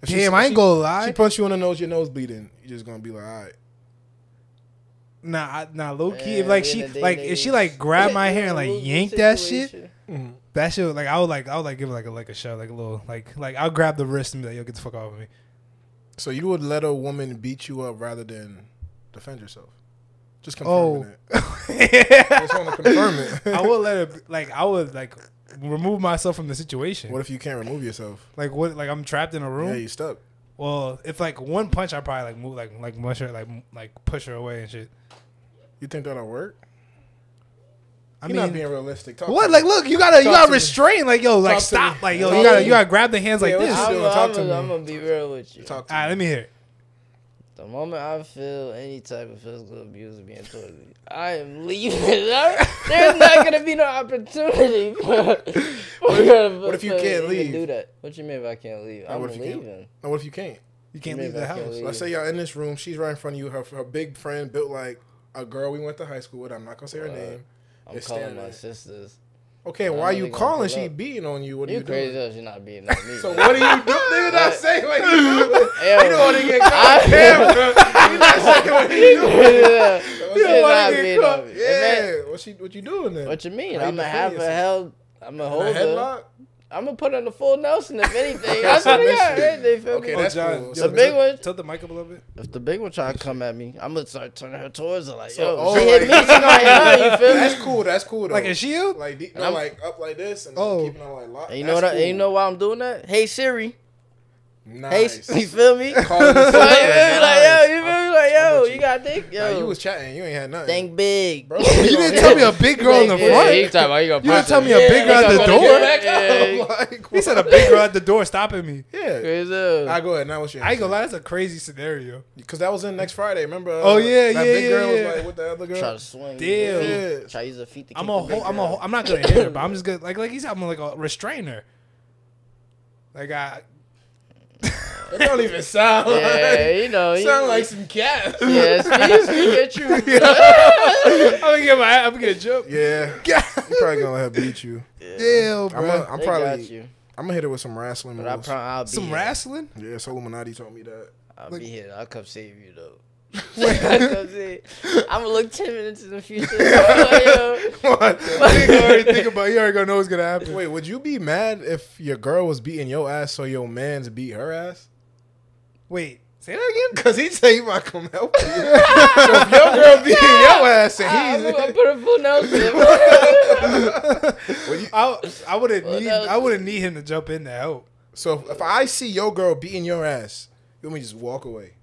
If she-
damn, I
if
ain't
she-
gonna
She
lie.
punch you in the nose, your nose bleeding. You're just gonna be like, all right.
Nah, I- nah, low key. If
Yeah,
like
we in
she,
the day
like
and
if she
age.
like grabbed my hair and like
Lose the
yanked that shit,
situation.
Mm-hmm.
that shit, like I would like, I would like give her like a like a show, like a little, like like I'll grab the wrist and be like, yo, get the fuck off of me.
So you would let a woman beat you up rather than defend yourself? Just
Oh,
confirming it. I just want to confirm it.
I would let her. Like I would like remove myself from the situation.
what if you can't remove yourself?
like what? Like I'm trapped in a room.
Yeah, you stuck.
Well, if like one punch, I probably like move, like like mush her, like m- like push her away and shit.
You think that'll work?
I
You're
mean,
not being realistic. Talk
what?
to
Like,
me.
look, you gotta you
Talk
gotta
to me.
restrain, like yo, like
Talk to
stop,
me.
like yo,
Talk
you
to
gotta
me.
you gotta grab the hands like
Yeah,
this.
what you
All
doing?
I'm,
Talk
I'm,
to me.
I'm gonna be real with you.
Talk to
right, let me hear. it.
The moment I feel any type of physical abuse being towards me, I am leaving. There- There's not gonna be no opportunity. For, what, if,
what if you can't leave?
Do that. What you mean if I can't leave? I'm
what if you can't?
leaving.
Now, what if you can't?
You can't
Maybe
leave the
I can't
house.
leave.
Let's say y'all in this room. She's right in front of you. Her her big friend built like a girl we went to high school with. I'm not gonna say her
Wow.
name.
I'm
It's
calling
standard.
my sisters.
Okay,
I'm
why
really
you
gonna
calling?
pull
She
up.
beating on you. What are
You
you
crazy
doing?
as you're not being like me.
So what do you do? Nigga, not say what you doing.
Ew.
You don't want to get caught on camera. You not say what you doing.
yeah.
You
You're
don't
not
want to get
being
caught.
like me.
Yeah.
Man,
What she? What you doing then?
What you mean?
How you
I'm gonna
defend
have a
yourself?
hell. I'm a
In a
hold up.
headlock?
I'm gonna put on the full Nelson if anything. I swear to
Submission.
God, hey, they feel
Okay,
me.
that's
John,
cool.
yo,
So
The big one.
Tilt the mic up a little bit.
If the big one try to come at me, I'm gonna start turning her towards her. Like, yo,
oh,
she hit me,
like-
she gonna hit her, you feel me?
That's cool. That's cool. Though.
Like a shield.
like deep, no,
I'm-
like up like this, and
Oh.
oh, keeping her like locked.
And you know what? I,
That's
and you know why I'm doing that? Hey Siri,
cool.
hey,
nice.
you feel me? like,
Call it a
yo,
nice.
like, yo, you feel me? Like,
I'm
yo,
with
you
you.
gotta think, yo,
Nah, you was chatting. You ain't had nothing.
think big.
Bro,
You didn't tell me a big girl in the
Yeah,
front.
he talking about he gonna
You didn't
pop
tell
it.
me a big girl
he
at the
gonna
door.
get back up.
like,
He said a big girl at the door stopping me.
yeah.
Crazy.
I go ahead. Now what's your?
I ain't gonna lie, that's a crazy scenario.
Because that was in next Friday. Remember? uh,
Oh, yeah,
that
yeah,
big
yeah,
girl
yeah.
was like with the other girl.
Try to swing.
Damn.
Yeah.
Yeah.
Try to use her feet to
I'm
kick
a
the big
whole, I'm a
girl.
whole, I'm not gonna hit her, but I'm just gonna like like he said, I'm gonna like uh, restrain her. Like I,
It don't even sound.
Yeah, you know. you-
sound like some cat.
Yeah, speak, speak your truth.
I'm gonna get my, I'm gonna jump.
Yeah. you probably gonna let her beat you.
Damn,
I'm,
bro.
gonna, I'm
They got
probably.
you.
I'm gonna hit her with some wrestling
But I
moves.
pro- I'll be
Some
here.
wrestling.
yeah, so Illuminati told me that.
I'll
Like-
be here. I'll come save you though. I'll come save. I'm gonna look ten minutes in the future. Yo,
What?
He already think about. He already gonna know what's gonna happen.
Wait, would you be mad if your girl was beating your ass so your man's beat her ass?
Wait, say that again.
Cause he say he might come help you. so if your girl beating your ass
Ah, I'm
and
gonna put a full Nelson.
he's Would you-
I I wouldn't
Well,
need
that was-
I wouldn't need him to jump in to help.
so if I see your girl beating your ass, you want me to just walk away.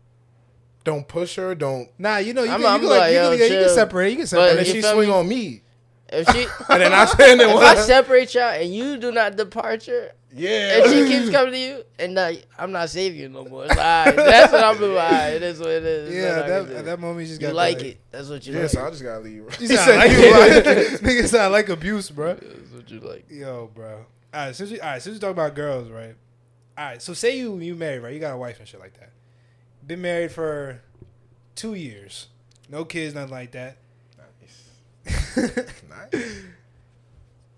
Don't push her. Don't.
Nah, you know you
I'm-
can,
I'm
you, can, like,
like,
you, can,
yo,
yeah, you can
chill.
separate. You can separate.
And then
you
she
feel
swing
me?
on me.
if she,
And then I stand there.
if I
what?
separate y'all and you do not departure,
yeah.
and she keeps coming to you, and I, I'm not saving you no more. It's all right. That's what I'm doing. All right. It is what it is. That's
yeah,
what I can
that
do.
at that moment you just
you
got
like it. That's what you
yeah,
like.
so I just gotta leave.
You
He
sound
said
like,
you
like, nigga sound like abuse, bro.
That's what you like.
Yo, bro. All right, since we all right, since we talking about girls, right? All right, so say you you married, right? You got a wife and shit like that. Been married for two years, no kids, nothing like that.
Nice.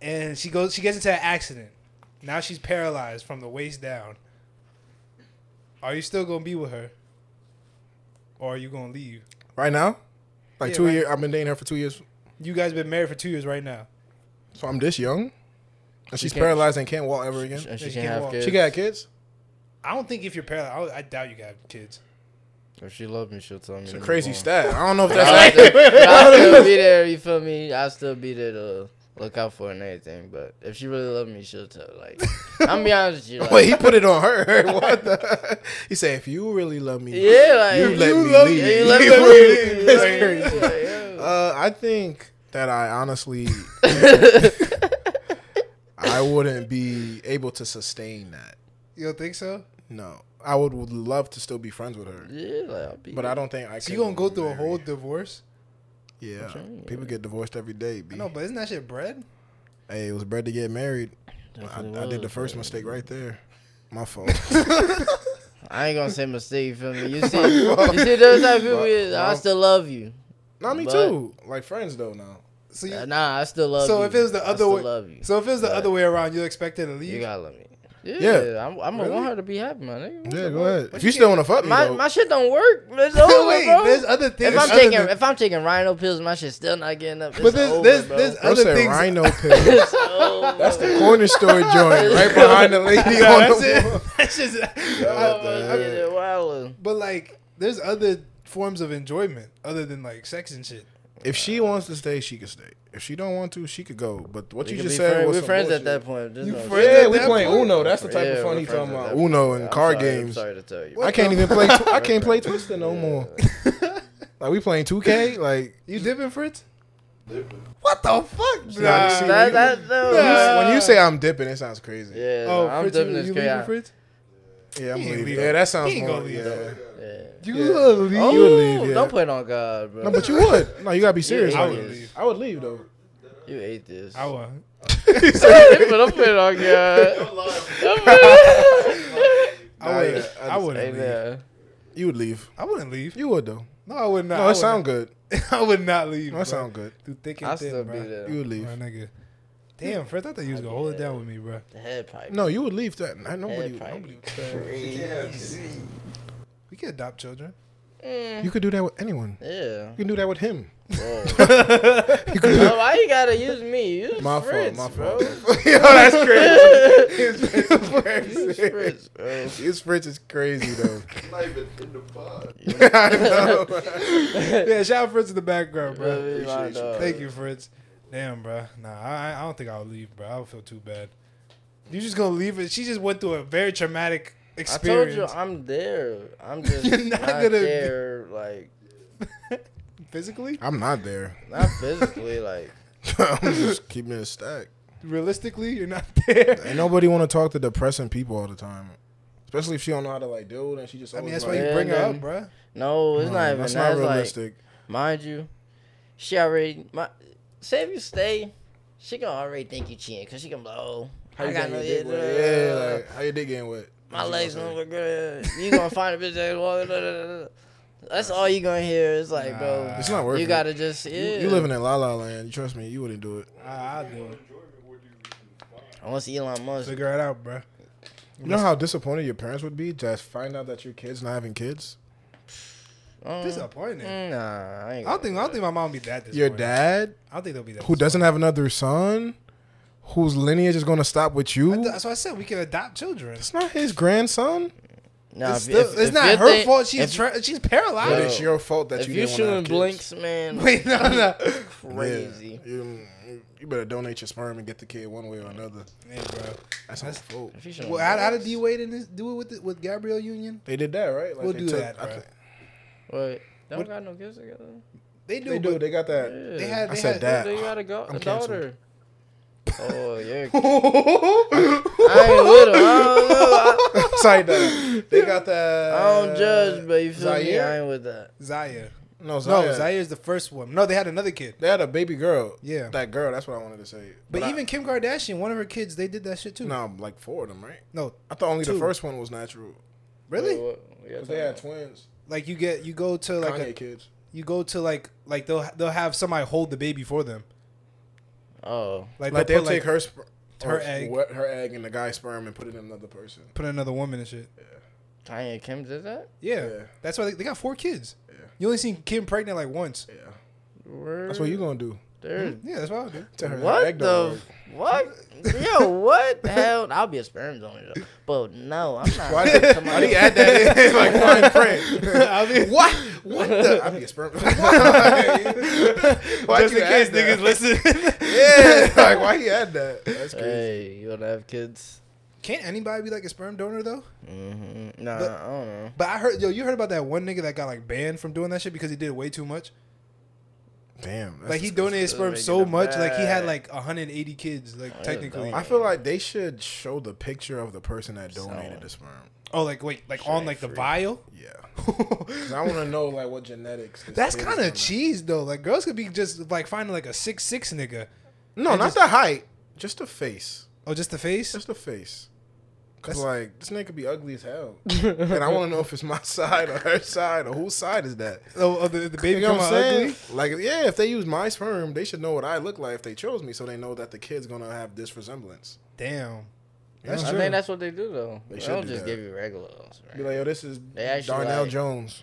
and she goes, she gets into an accident. Now she's paralyzed from the waist down. Are you still gonna be with her, or are you gonna leave?
Right now, like
Yeah,
two
right.
years. I've been dating her for two years,
You guys been married for two years right now.
so I'm this young, and she's
can't-
paralyzed and can't walk ever again.
And she,
she
can
can't
have
walk.
kids.
She got kids.
I don't think if you're paralyzed, I, don't- I doubt you can have kids.
If she loved me, she'll tell me.
It's a
to move
crazy
on.
stat. I don't know if
But
that's
I'll still,
accurate.
but I'll still be there. You feel me? I'll still be there to look out for her and everything. But if she really loved me, she'll tell. Like, I'm gonna be honest with you. Like,
Wait, he put it on her. What the? He said, "If you really love me,
yeah, like
you let me
love-
leave."
yeah, you let me
You
leave.
really-
Like,
That's crazy.
like, yo.
Uh, I think that I honestly, I wouldn't be able to sustain that.
You don't think so?
No, I would, would love to still be friends with her,
yeah, like I'll be.
but I don't think I.
So
could
you gonna go through a
marry.
whole divorce?
Yeah,
saying, yeah.
people get divorced every day. B.
No, but isn't that shit bread?
Hey, it was bred to get married. I,
Definitely
I did the
was,
first
but
mistake right there. My fault.
I ain't gonna say mistake. You feel me? You see, you see those type of people.
My-
is, I
my-
still love you.
Not me
But-
too. Like friends though now.
So you,
Uh, Nah, I still love
so
you.
if it was the
I
other
still
way,
love you.
so if it was the
But
other way around, you expect her to leave.
you gotta love me. Yeah,
Yeah.
I'm, I'm gonna
Really?
want her to be happy, my nigga. What
Yeah,
the
go
fuck?
ahead.
What
If you still want to fuck me,
my
though,
my shit don't work. It's over,
Wait,
bro.
there's other things.
if I'm
other
taking
than-
if I'm taking rhino pills, my shit still not getting up. It's
but there's
over,
there's,
bro.
there's
I
other
said
things.
rhino pills.
It's over.
That's the corner store joint right behind the lady
No,
on
that's
the wall.
it. That's just-
Oh,
the
shit,
heck?
wildin'.
but like, there's other forms of enjoyment other than like sex and shit.
If she wants to stay, she can stay. If she don't want to, she could go. But what
We
you
could
just
be
said
friend-
was
we're
some
friends
bullshit.
at that point. Just
You
don't-
friends
Yeah,
at
we
that
playing
point?
Uno. That's the type
Yeah,
of
we're
fun he
friends
talking
at
about.
that point.
Uno and
I'm
card
sorry, I'm
games.
sorry to tell you.
I can't even play. I can't play Twister no
Yeah.
more. Like we playing 2K. Like
You dipping, Fritz?
Different.
What the fuck?
Nah, you see,
That, that,
Nah.
no.
when you say I'm dipping, it sounds crazy. Yeah,
Yeah,
oh,
no, I'm
Fritz,
dipping
you,
this
you
crazy.
leaving,
out.
Fritz?
I'm
He ain't
leaving.
leave
Yeah, that sounds
He ain't
more.
gonna leave
Yeah.
Yeah.
You
Yeah.
will leave.
Oh,
You would leave, yeah.
Don't put it on God, bro.
No, but you would. No, you gotta be serious.
Yeah,
I
like
would
this.
leave.
I would leave though.
You ate this.
I won't.
but don't put it on God.
Don't lie.
Don't put it-
Nah,
I would.
yeah, I
I
just-
Hey,
wouldn't leave.
man.
You would leave.
I wouldn't leave.
You would though.
No, I would not.
No,
I
it
would
sound good.
not- I would not leave.
No,
bro.
it sound good.
Through thick and
I'll
thin,
still
bro.
be there.
You would leave.
My nigga. Damn, Fritz, I thought you was gonna hold it down with me, bro.
The head pipe.
No, you would leave that. I
head
nobody.
pipe.
nobody
Yeah.
We can adopt children.
you could do that with anyone.
Eh, Yeah.
You can do that with him.
Whoa.
You could do
Bro,
that.
why you gotta use me? Use
My fault,
Fritz,
my
bro.
Yo, that's
Use
crazy.
Fritz, bro.
His French is crazy though.
I'm not even in the pod.
I know.
yeah, shout out Fritz in the background, bro.
Really, my
appreciate you.
dog.
Thank you, Fritz. Damn, bro. Nah, I, I don't think I'll leave, bro. I would feel too bad. You just gonna leave it? She just went through a very traumatic
I told
experience.
you I'm there. I'm just
You're
not,
not gonna be-
there, like
Physically,
I'm not there.
not physically, like
I'm just keeping it a stack.
realistically, you're not there.
Ain't nobody want to talk to depressing people all the time, especially if she don't know how to like deal with. it And she just.
I mean,
always,
that's why
like,
you
Yeah,
bring her
man.
up, bro.
no, it's
"No,
not even
That's
that.
not
It's like,
realistic.
mind you, she already my say if you stay, she gonna already think you cheating because she gonna be like, oh,
How
I
you
got no
your dick wet?
yeah,
Yeah, like how your dick getting wet?
my
She
legs
gonna
don't
say,
look good. You gonna find a bitch that walk- da, da, da, da. That's all you gonna hear. It's like, bro,
Nah.
It's not worth
you
it.
gotta just yeah.
You living in La La Land. Trust me, you wouldn't do it.
I, I'll do it.
Enjoyment, what do you find?
I want to see Elon Musk.
Figure it out, bro.
You know how disappointed your parents would be to find out that your kids not having kids.
Uh,
Disappointing.
mm, Nah, I, ain't
I don't think I don't think my mom would be that. Disappointed.
Your dad,
I don't think they'll be that.
who doesn't have another son, whose lineage is gonna stop with you.
disappointed. I th- That's why I said we can adopt children.
It's not his grandson.
Nah,
it's
if-
still-
if-
it's
if
not
you're
her
think-
fault. She's
if-
tra- she's
But
paralyzed.
it's your fault that
If
you
you
didn't
shooting
want to have kids.
blinks, man,
Wait, no, no.
crazy.
Yeah. You, you better donate your sperm and get the kid one way or another.
Hey, bro.
That's our fault.
If you shooting
Well, how, how did
blinks-
D Wade in this, do it with the, with Gabrielle Union?
They did that, right? Like
We'll
they
do
took-
that,
I
bro.
think-
Wait, they don't
What-
got no kids together.
They do.
They do.
but-
They got that.
Yeah.
They had.
I
They
said
had,
that.
They got a, go- a
I'm
daughter. Oh yeah, I ain't
I
little. I don't know.
Sorry, that. They got that.
I, I don't judge, but you feel me?
Uh, Zaire?
I ain't with that.
Zaya.
No, Zaya.
No, Zaya's the first one. No, they had another kid.
They had a baby girl.
Yeah.
That girl. That's what I wanted to say.
But,
I-
even Kim Kardashian, one of her kids, they did that shit too.
no, like four of them, right?
No,
I thought only
Two.
the first one was natural.
really?
Wait, what- we gotta
'Cause they
talk
had
about-
twins.
Like you get you go to like
Kanye
a,
kids.
you go to like like they'll they'll have somebody hold the baby for them.
Oh,
Like,
Like
they'll
they'll take
put, like,
her sp-
her
or
egg.
wet her egg, and the guy's sperm, and put it in another person.
put another woman and shit.
Kanye Kim did that.
Yeah,
Yeah.
that's why they, they got four kids.
Yeah.
You only seen Kim pregnant like once.
Yeah.
Where,
That's what you gonna do.
There's
Yeah, that's what I would do.
to her
What
egg don't
the
work.
what? Yo, what the hell? I'll be a sperm donor, though. but no, I'm not.
Why did, why did he add that in? like fine print.
I mean,
What? What the? I'd be a sperm. why
just in case niggas listen.
Yeah. Like why he add that? That's crazy.
Hey, you wanna have kids?
Can't anybody be like a sperm donor though?
Mm-hmm. Nah,
But-
I don't know.
But I heard, yo, you heard about that one nigga that got like banned from doing that shit because he did way too much.
Damn. that's
like he
disgusting.
donated
Doesn't
sperm
make it
so
a
much, like he had
bad.
like 180 kids, like
Oh, that's
technically.
dumb.
I feel like they should show the picture of the person that
Someone.
donated the sperm.
Oh, like wait, like
Shit
on
ain't
like the
free.
vial.
Yeah. 'Cause I want to know like what genetics. this
That's
kid is
kind of
gonna-
cheese though. Like girls could be just like finding like a six six nigga.
No,
And
not
just-
the height. Just the face.
Oh, just the face.
Just the face. Cause like this nigga be ugly as hell, and I want to know if it's my side or her side or whose side is that.
Oh, oh, the, the
You
baby
know
come
what I'm
out
saying?
ugly.
Like, yeah, if they use my sperm, they should know what I look like if they chose me, so they know that the kid's gonna have this resemblance.
Damn.
That's
I
true.
think that's what they do though.
They
They,
should
don't
do
just
that.
give you regular ones, right?
Be like, yo, this is
They actually,
Darnell
like-
Jones.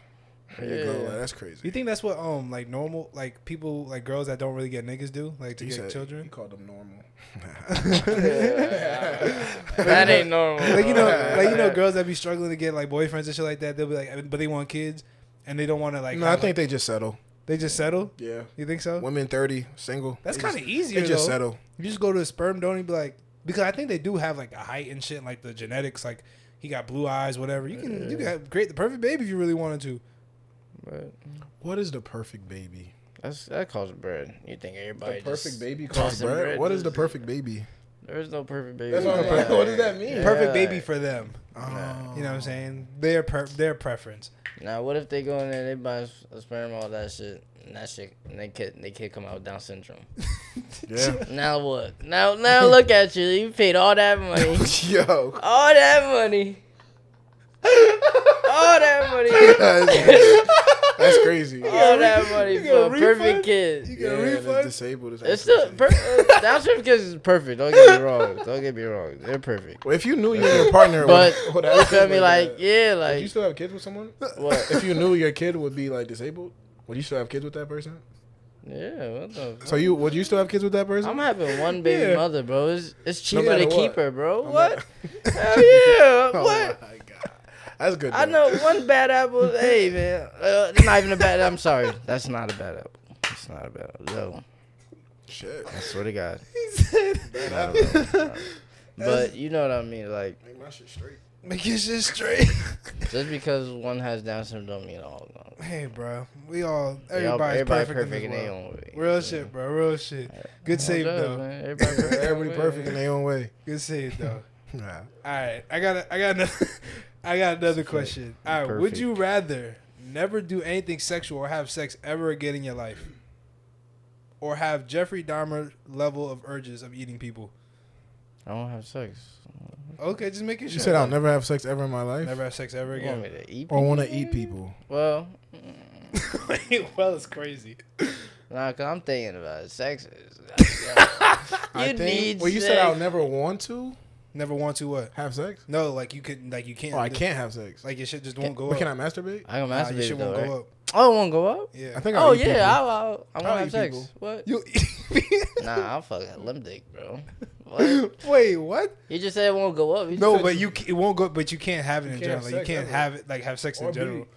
There you go.
Yeah.
Like, that's
You
crazy.
think that's what um like normal like people like girls that don't really get niggas do like to
He
get
said- He
children?
called them normal.
that ain't normal.
Like you know,
Yeah.
like you know, girls that be struggling to get like boyfriends and shit like that. They'll be like, but they want kids, and they don't want to like.
no, I
have,
think
like-
they just settle.
they just settle.
Yeah.
You think so?
Women thirty, single.
That's
They
kind of
just-
easier
They just
though.
settle.
You just go to a sperm donor and be like, because I think they do have like a height and shit, like the genetics, like he got blue eyes, whatever. You can you can have- create the perfect baby if you really wanted to.
But
What is the perfect baby?
that's that calls bread. You think everybody
The perfect
just
baby
toss
calls
some
bread.
bread
What
to
is the
the-
perfect baby?
There's no perfect baby.
That's what I'm
Yeah.
saying. What does that mean?
Yeah,
Perfect baby
like-
for them.
Oh.
You know what I'm saying? Their per- their preference.
Now, what if they go in there, they buy s- sperm, all that shit, and that shit, and they kid, they kid come out with Down syndrome.
Yeah.
Now what? Now, now look at you. You paid all that money,
Yo.
all that money, all that money,
That's, that's crazy.
all that money
You got
for a
a
perfect
refund?
kid.
get a
Yeah, that's
refund?
disabled is
It's
actually
still per- uh, Down syndrome kids is perfect. Don't get me wrong. Don't get me wrong. They're perfect.
Well, if you knew you and your partner,
But
would- would
you
have
feel
kids
me? Like
that,
yeah,
would you
like
still have kids with someone?
what?
if you knew your kid would be like disabled, would you still have kids with that person?
Yeah. What the?
So you would you still have kids with that person?
I'm having one baby
Yeah.
mother, bro. It's, it's
No
cheaper to
matter
keep
what.
her, bro.
No
what?
matter-
Hell yeah.
Oh
what?
my god, that's good.
I
though.
know one bad apple. hey, man. Uh, not even a bad I'm sorry. That's not a bad apple. That's not a bad apple. Yo,
Shit,
I swear to God.
He said,
Not a bad apple. But you know what I mean. Like,
make my shit straight.
"Make your shit straight."
just because one has Down syndrome don't mean all. No.
hey, bro, we all
They
everybody's
all- Everybody
perfect,
perfect,
in
in
this
their
world.
own way.
Real shit, bro. Real shit. Good save
Hold up,
though.
man. Everybody perfect. in their
Everybody
way,
perfect in
man.
their own way.
Good save though.
Nah.
All right, I got a, I got another I got another question. All right, would
Perfect.
you rather never do anything sexual or have sex ever again in your life, or have Jeffrey Dahmer level of urges of eating people?
I don't have sex.
Okay, just making sure.
You said I'll never have sex ever in my life,
never have sex ever
You want
again.
me to eat?
or E want to eat people.
Well,
well, it's crazy.
Nah, cause I'm thinking about it. sex. Is,
I
You need
Well, you said I'll
sex.
never want to
Never want to what?
have sex.
No, like you could, like you can't.
Oh, I can't have sex.
Like your shit just won't go
But
up.
can I masturbate?
I can
Nah, your
masturbate
shit
though,
won't
right?
go up.
Oh, it won't go up.
Yeah.
I think. I'll
Oh
eat E people.
yeah, I'll, I'll, I
I'll
want to
eat
have sex.
people.
What?
you.
Nah, I'll fuck limb dick, bro. What?
Wait, what?
You just said it won't go up. You
No,
just-
but you c- it won't go. But you can't have it in
can't have
general. You
sex
can't
ever.
have it like have sex
Or
in
be.
general.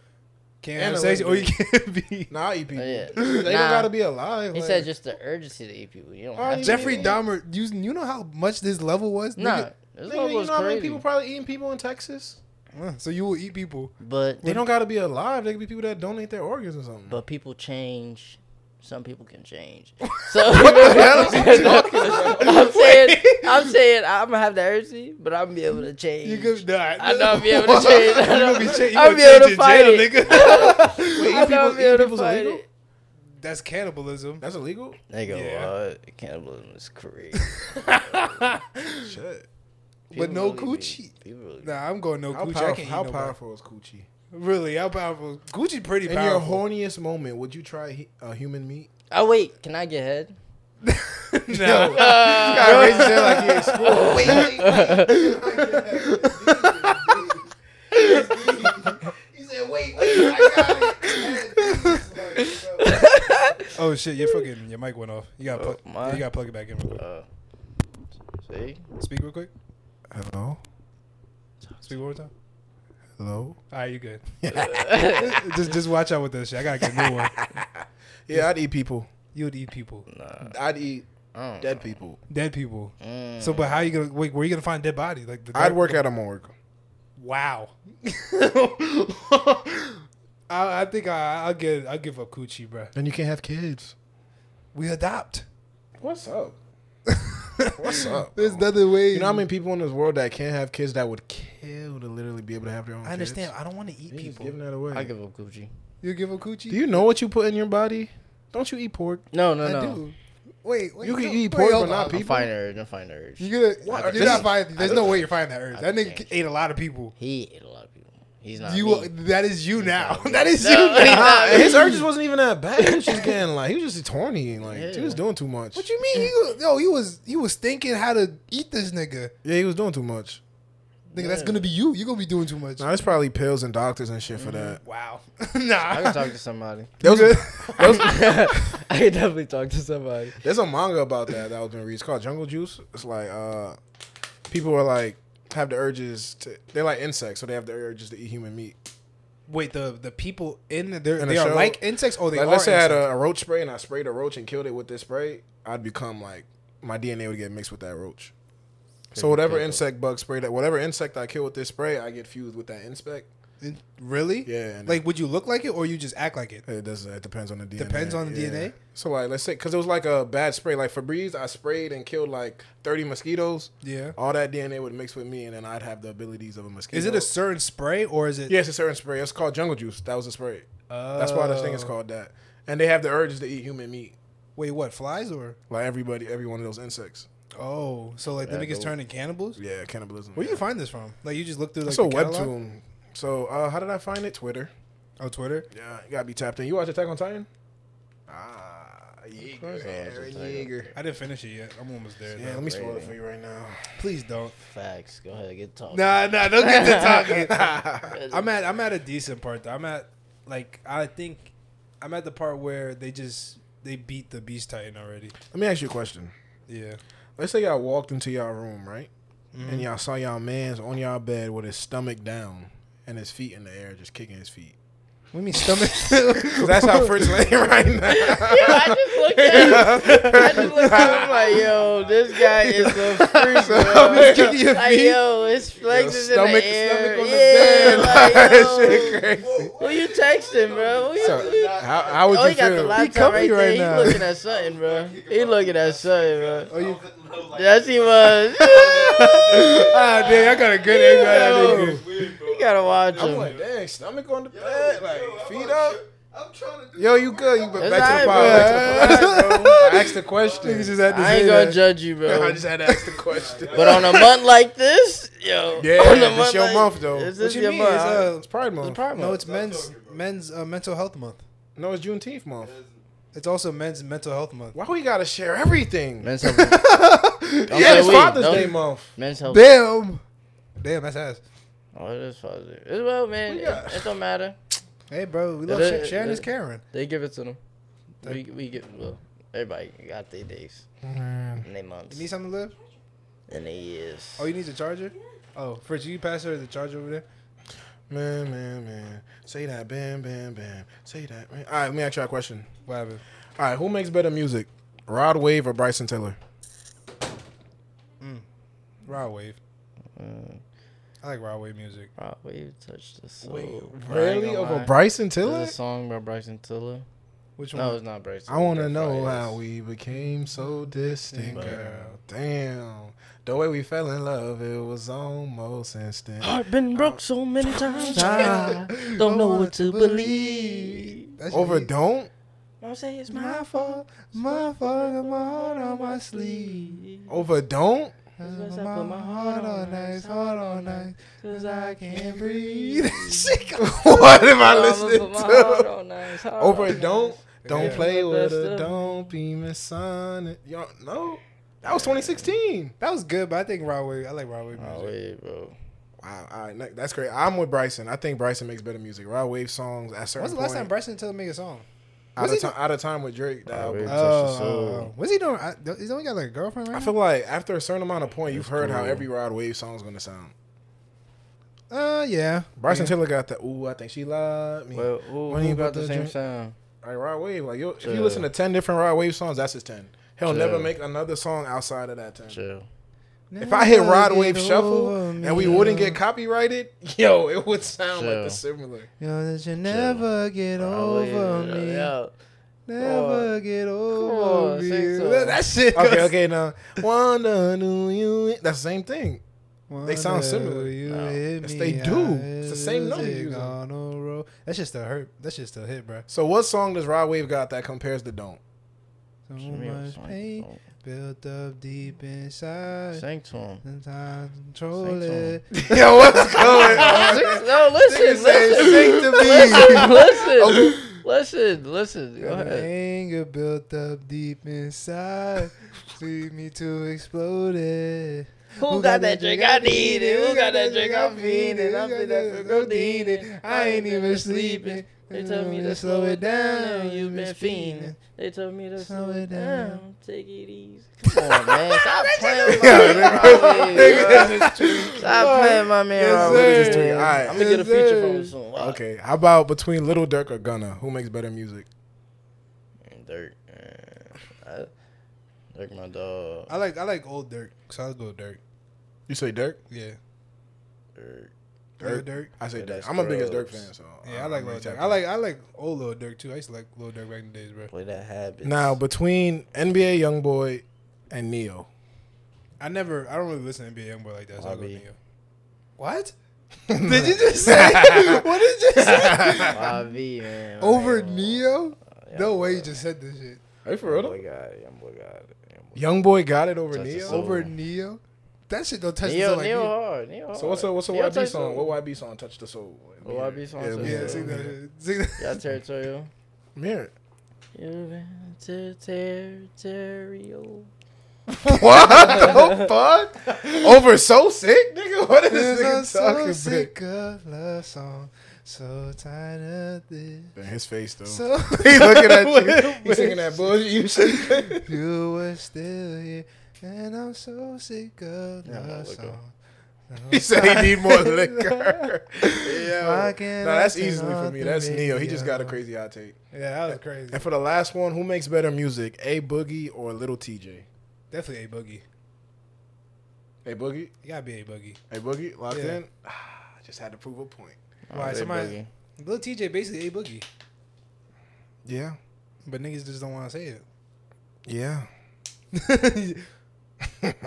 Can't
And
have
a
sex,
lady.
or you can't be.
Nah, I eat people.
Oh, yeah.
They don't
Nah.
gotta be alive.
he
like-
said just the urgency to eat people. You don't
I
have
don't
to. E
Jeffrey
Yeah.
Dahmer, you, you know how much this level was?
Nah,
nigga?
this
Nigga,
one
you
was
know how many
crazy.
people probably eating people in Texas?
Uh, So you will eat people.
but
They don't gotta be alive. They could be people that donate their organs or something.
but people change. Some people can change. So what the hell is talking about? I'm saying I'm saying I'm gonna have the urgency, but I'm gonna be able to change.
You could die.
I know I'll be able to change.
you gonna be, cha- you
I'll
gonna
be able
change
to
in
fight
jail,
it.
Wait,
nigga.
eating
I know
people-
I'll be
eating
able to
people's
fight
illegal?
it.
That's cannibalism.
That's illegal.
Nigga,
Yeah.
what? Cannibalism is crazy.
Shit.
But
People
no
really be-
coochie.
people really be-
Nah, I'm going no
How
Gucci. I
powerful,
can't
how
eat nobody.
powerful is coochie?
Really, how powerful? Gucci pretty
In your
powerful.
horniest moment, would you try he, uh, human meat?
Oh wait, can I get head?
Yo, you
nah.
gotta raise your hand like you're in school. Wait,
he said, "Wait, wait, I got it."
Oh shit, your fucking your mic went off. You gotta
Oh,
plug,
my.
you gotta plug it back in. Real quick.
Uh, see,
Speak real quick.
Hello,
Speak one more time.
hello.
All right, you good. just just watch out with this shit. I gotta get a new one.
Yeah, I'd eat people.
You would eat people,
nah,
I'd eat
I don't
dead people.
dead people.
know. Mm.
So, but how you gonna wait? Where you gonna find dead bodies? Like the
I'd work at a morgue.
Wow. I, I think I, I'll get I'll give up coochie, bruh.
Then you can't have kids.
We adopt.
What's up? What's up?
There's another way.
You know how many people in this world that can't have kids that would kill to literally be able to have their own
I understand.
kids?
I don't want to eat
You're just
people.
giving that away.
I give up Gucci.
you give up coochie?
Do you know what you put in your body? Don't you eat pork?
No, no,
I
no.
do. Wait, wait
You can
no,
eat
wait,
pork,
hold
but not
on.
people.
Don't find urge. Don't find urge.
You gonna,
What?
you're
This
not
is-
finding. There's no way you're finding that urge. That
don't
nigga
think-
ate a lot of people.
He ate a lot of people. He's not
You,
me.
that is you now.
not me.
that is
No,
you
he's
now.
not me.
And his urges wasn't even that bad. She was just getting like he was just horny. Like she
Yeah.
was doing too much.
What you mean? He, was- yo, he was he was thinking how to eat this nigga.
Yeah, he was doing too much.
Nigga, that's gonna be you. You're gonna be doing too much.
Now it's probably pills and doctors and shit for
Mm-hmm.
that.
Wow.
I can
nah.
talk to somebody.
There's, there's,
I can definitely talk to somebody.
there's a manga about that that I was gonna read. It's called Jungle Juice. It's like uh, people are like have the urges to they're like insects, so they have the urges to eat human meat.
Wait, the the people in the, they're-
In
they
the
are
show-
like insects. Oh, they
Like
are.
let's say I had a,
insects.
a roach spray and I sprayed a roach and killed it with this spray, I'd become like my DNA would get mixed with that roach. So whatever
pickle.
insect bug spray that whatever insect I kill with this spray, I get fused with that inspect.
In- really?
Yeah, and
Like, would you look like it or you just act like it?
It does. It depends on the DNA.
Depends on the DNA?
So like, let's say because it was like a bad spray, like Febreze. I sprayed and killed like thirty mosquitoes.
Yeah.
All that DNA would mix with me, and then I'd have the abilities of a mosquito.
Is it a certain spray or is it?
Yeah, it's a certain spray. It's called Jungle Juice. That was a spray. That's why this thing is
Oh.
called that. And they have the urges to eat human meat,
Wait, what? Flies or?
like everybody, every one of those insects.
Oh, so like the
Yeah,
niggas
go-
turning cannibals?
Yeah, cannibalism.
Where do
yeah.
you find this from? Like, you just look through like
It's
the
a
catalog?
webtoon. So uh, how did I find it? Twitter.
Oh, Twitter.
Yeah, you gotta be tapped in. You watch Attack on Titan? Ah, Yeager,
I watch
Aaron
Attack on
Yeager.
I didn't finish it yet. I'm almost there.
Yeah,
though.
let me spoil it for you right now.
Please don't.
Facts. Go ahead. Get talking.
Nah, nah, don't get to talking. I'm at I'm at a decent part though. I'm at like I think I'm at the part where they just they beat the Beast Titan already.
Let me ask you a question.
Yeah.
Let's say y'all walked into y'all room, right? And
Mhm.
y'all saw y'all man's on y'all bed with his stomach down and his feet in the air, just kicking his feet.
What do you mean stomach?
'Cause that's how Fritz laying right now.
Yo, I just looked at him. I just looked at him like, yo, this guy is a freak,
Stomach
bro.
in your
Like,
feet?
yo, his flex is in
stomach,
the air.
stomach on
yeah,
the bed.
like,
That
yo,
shit crazy.
Who you texting, bro? Who you,
So,
who you-
how, how would
oh,
you
he got the
feel?
laptop
comfy
right there.
right
he
now.
looking at something, bro. He looking at something, bro.
Oh, you. Like,
Yes, he was.
ah, damn, I got a good egg right out of
Yo.
you.
It's weird, bro.
you gotta watch
I'm
him.
like, dang, stomach on the
Yo,
bed, like
yo, I'm
feet
on
up.
shit. I'm trying to do
Yo, you good? You
It's
been back to the
all right,
pod? Back
bro.
to the pod, bro. I asked the question.
Niggas just had to
I
say
ain't gonna
that.
judge you,
I
bro.
just had to ask the question.
But on a month like this, yo.
Yeah,
on a
this your um, month, though.
This
What
is
you
your
mean?
month.
It's, uh,
it's Pride Month.
it's Pride
No,
Month.
it's men's men's uh, mental health month.
no, it's Juneteenth month.
It's also men's mental health month.
Why we gotta share everything?
Men's health. Don't
yeah,
say
it's
we.
Father's
Don't-
Day month.
Men's health.
Damn. Damn, that's ass.
Oh, it is Father's Day. It's well, man.
We
It,
got-
it don't matter.
Hey, bro, we
It
love
is-
Sha- Sharon
it
is
is.
Karen.
They give it to them. We we get well. Everybody got their days and their months
You need something to live?
and their years.
Oh, you need the charger? Oh, Fritz, you pass her the charger over there?
Man, man, man. Say that, bam, bam, bam. Say that. Man. All right, let me ask you a question.
What happened?
All right, who makes better music, Rod Wave or Bryson Taylor?
Raw wave.
Mm.
I like raw wave music.
Rock Wave touched the soul. I ain't
Really
gonna
over
lie.
Bryson
There's
Taylor?
a song by Bryson Tiller.
Which one?
No, it's not Bryson.
I want to
Brett
know
Fires.
how we became so distant,
But-
girl. Damn, the way we fell in love, it was almost instant.
Heart been broke so many times. I don't know what to believe.
That's
Over
your-
don't.
Don't say it's
my
my
fault, my fault, got my heart on my sleeve.
Over don't.
Cause I
my,
put my
heart on ice, heart on ice, cause I can't breathe.
what am I listening to? Over don't. Don't
Yeah.
play
My
with
best
her.
of-
Don't be missing. Y'all no. That was 2016.
that was good, but I think raw wave, I like raw wave music.
Oh wait, bro.
Wow. All right, ne- that's great. I'm with Bryson. I think Bryson makes better music. Rod Wave songs at certain
When's the last time
point-
Bryson Tiller made a song?
out
was
of
he
time, out of time with Drake. that
Rod
album.
Wave. Touch the
Oh,
soul.
what's he doing? I, he's only got like a girlfriend right
I
now.
feel like after a certain amount of point, you've
That's
heard how
cool.
every Rod Wave song's gonna sound.
uh, yeah.
Bryson
yeah.
Taylor got the ooh, I think she loved me.
Well, who,
When you
who
about
got the
to
same
drink?
sound?
like Rod Wave, like yo, if you
Chill.
listen to ten different Rod Wave songs, that's his ten. He'll never
Chill.
make another song outside of that ten.
Chill.
If I hit Rod
Never
Wave
get
Shuffle
over me,
and we wouldn't
uh,
get copyrighted, yo, it would sound like
Chill.
the similar.
You know that you never get
Oh,
over
Rod Wave,
me.
Yo,
Never
on.
get
on,
over
sing
you.
some.
That, that shit.
Okay,
goes-
okay, now Wanda knew you. That's the same thing. They sound
Wonder
similar.
will you
No.
hit
Yes,
me?
they do.
I
It's the same note
was
you using.
on a road. That shit still hurt. That shit still hit, bro.
So what song does Rod Wave got that compares to Don't?
So
Shamil,
much
son,
pain
oh,
built up deep inside.
Sing to him.
Sometimes I control
Sing to
it.
Yo, what's going on?
Oh, no, listen, listen,
Sing to me.
listen, listen, listen. Go
Got my
ahead.
anger built up deep inside. Lead me to explode it.
Who got that drink I need it? Who got that drink I'm feeding? I'm feeling that drink I'm needing. I ain't even sleeping. They told me to slow it down. You've been fiending. They told me to slow it down. Take it easy. Come on, man. Stop playing with my man. Stop playing my man.
Yes,
Robert.
sir. All right.
I'm gonna get
Yes,
a feature
sir.
from him soon. Wow.
Okay, how about between Little Dirk or Gunna, who makes better music?
Dirk. uh, I- Dirk, my dog.
I like I like old Dirk, so I'll go Dirk.
You say Dirk?
Yeah, Dirk.
Dirk.
Dirk?
Old Dirk.
I say
Yeah,
Dirk.
that's
I'm a biggest Dirk
gross.
fan, so
Yeah, Oh, I like
really
Lil Dirk.
tap
I like I like old Lil Dirk too. I used to like Lil Dirk back in the days, bro.
Play that habit.
in. Now between NBA YoungBoy and Neo,
I never I don't really listen to NBA YoungBoy like that. So I'll go
Bobby.
Neo. What? did you just say? what did you say?
YV, man.
Over
Like, uh,
Neo?
yeah,
No way
boy.
you just said this shit.
are you
Young boy got it. Young boy got it. Young boy.
YoungBoy got it over
Touch the
Neo.
soul.
Over Neo? That shit don't touch the
Neo,
soul like
Neo
Neo.
hard. Neo hard.
So what's a what's a
Neo
YB
touch
song?
the-
What YB song touched the soul?
What YB song touched the
Yeah,
Yeah.
sing that. shit. Sing that.
Y'all territorial.
Mirror.
You've been to territorial.
What the fuck? Over so sick, nigga. What is this nigga
Cause I'm
talking
so
about?
sick of love song, so tired of this.
Man, his face though.
So
He's looking at you. He's singing that bullshit. You see?
you were still here, and I'm so sick of
Yeah, I'm
love
liquor.
song.
he said he need more liquor. yeah.
Why
No,
can't I
that's
turn
easily for
off
me.
the
That's Neo. He just
radio?
got a crazy hot take.
Yeah, that was crazy.
And for the last one, who makes better music, A Boogie or Little TJ?
Definitely a boogie.
A Boogie,
You gotta be a boogie.
A Boogie, locked
Yeah.
in. Ah, just had to prove a point.
Why,
They
somebody-
boogie.
Lil TJ basically a boogie,
Yeah,
but niggas just don't want to say it.
yeah.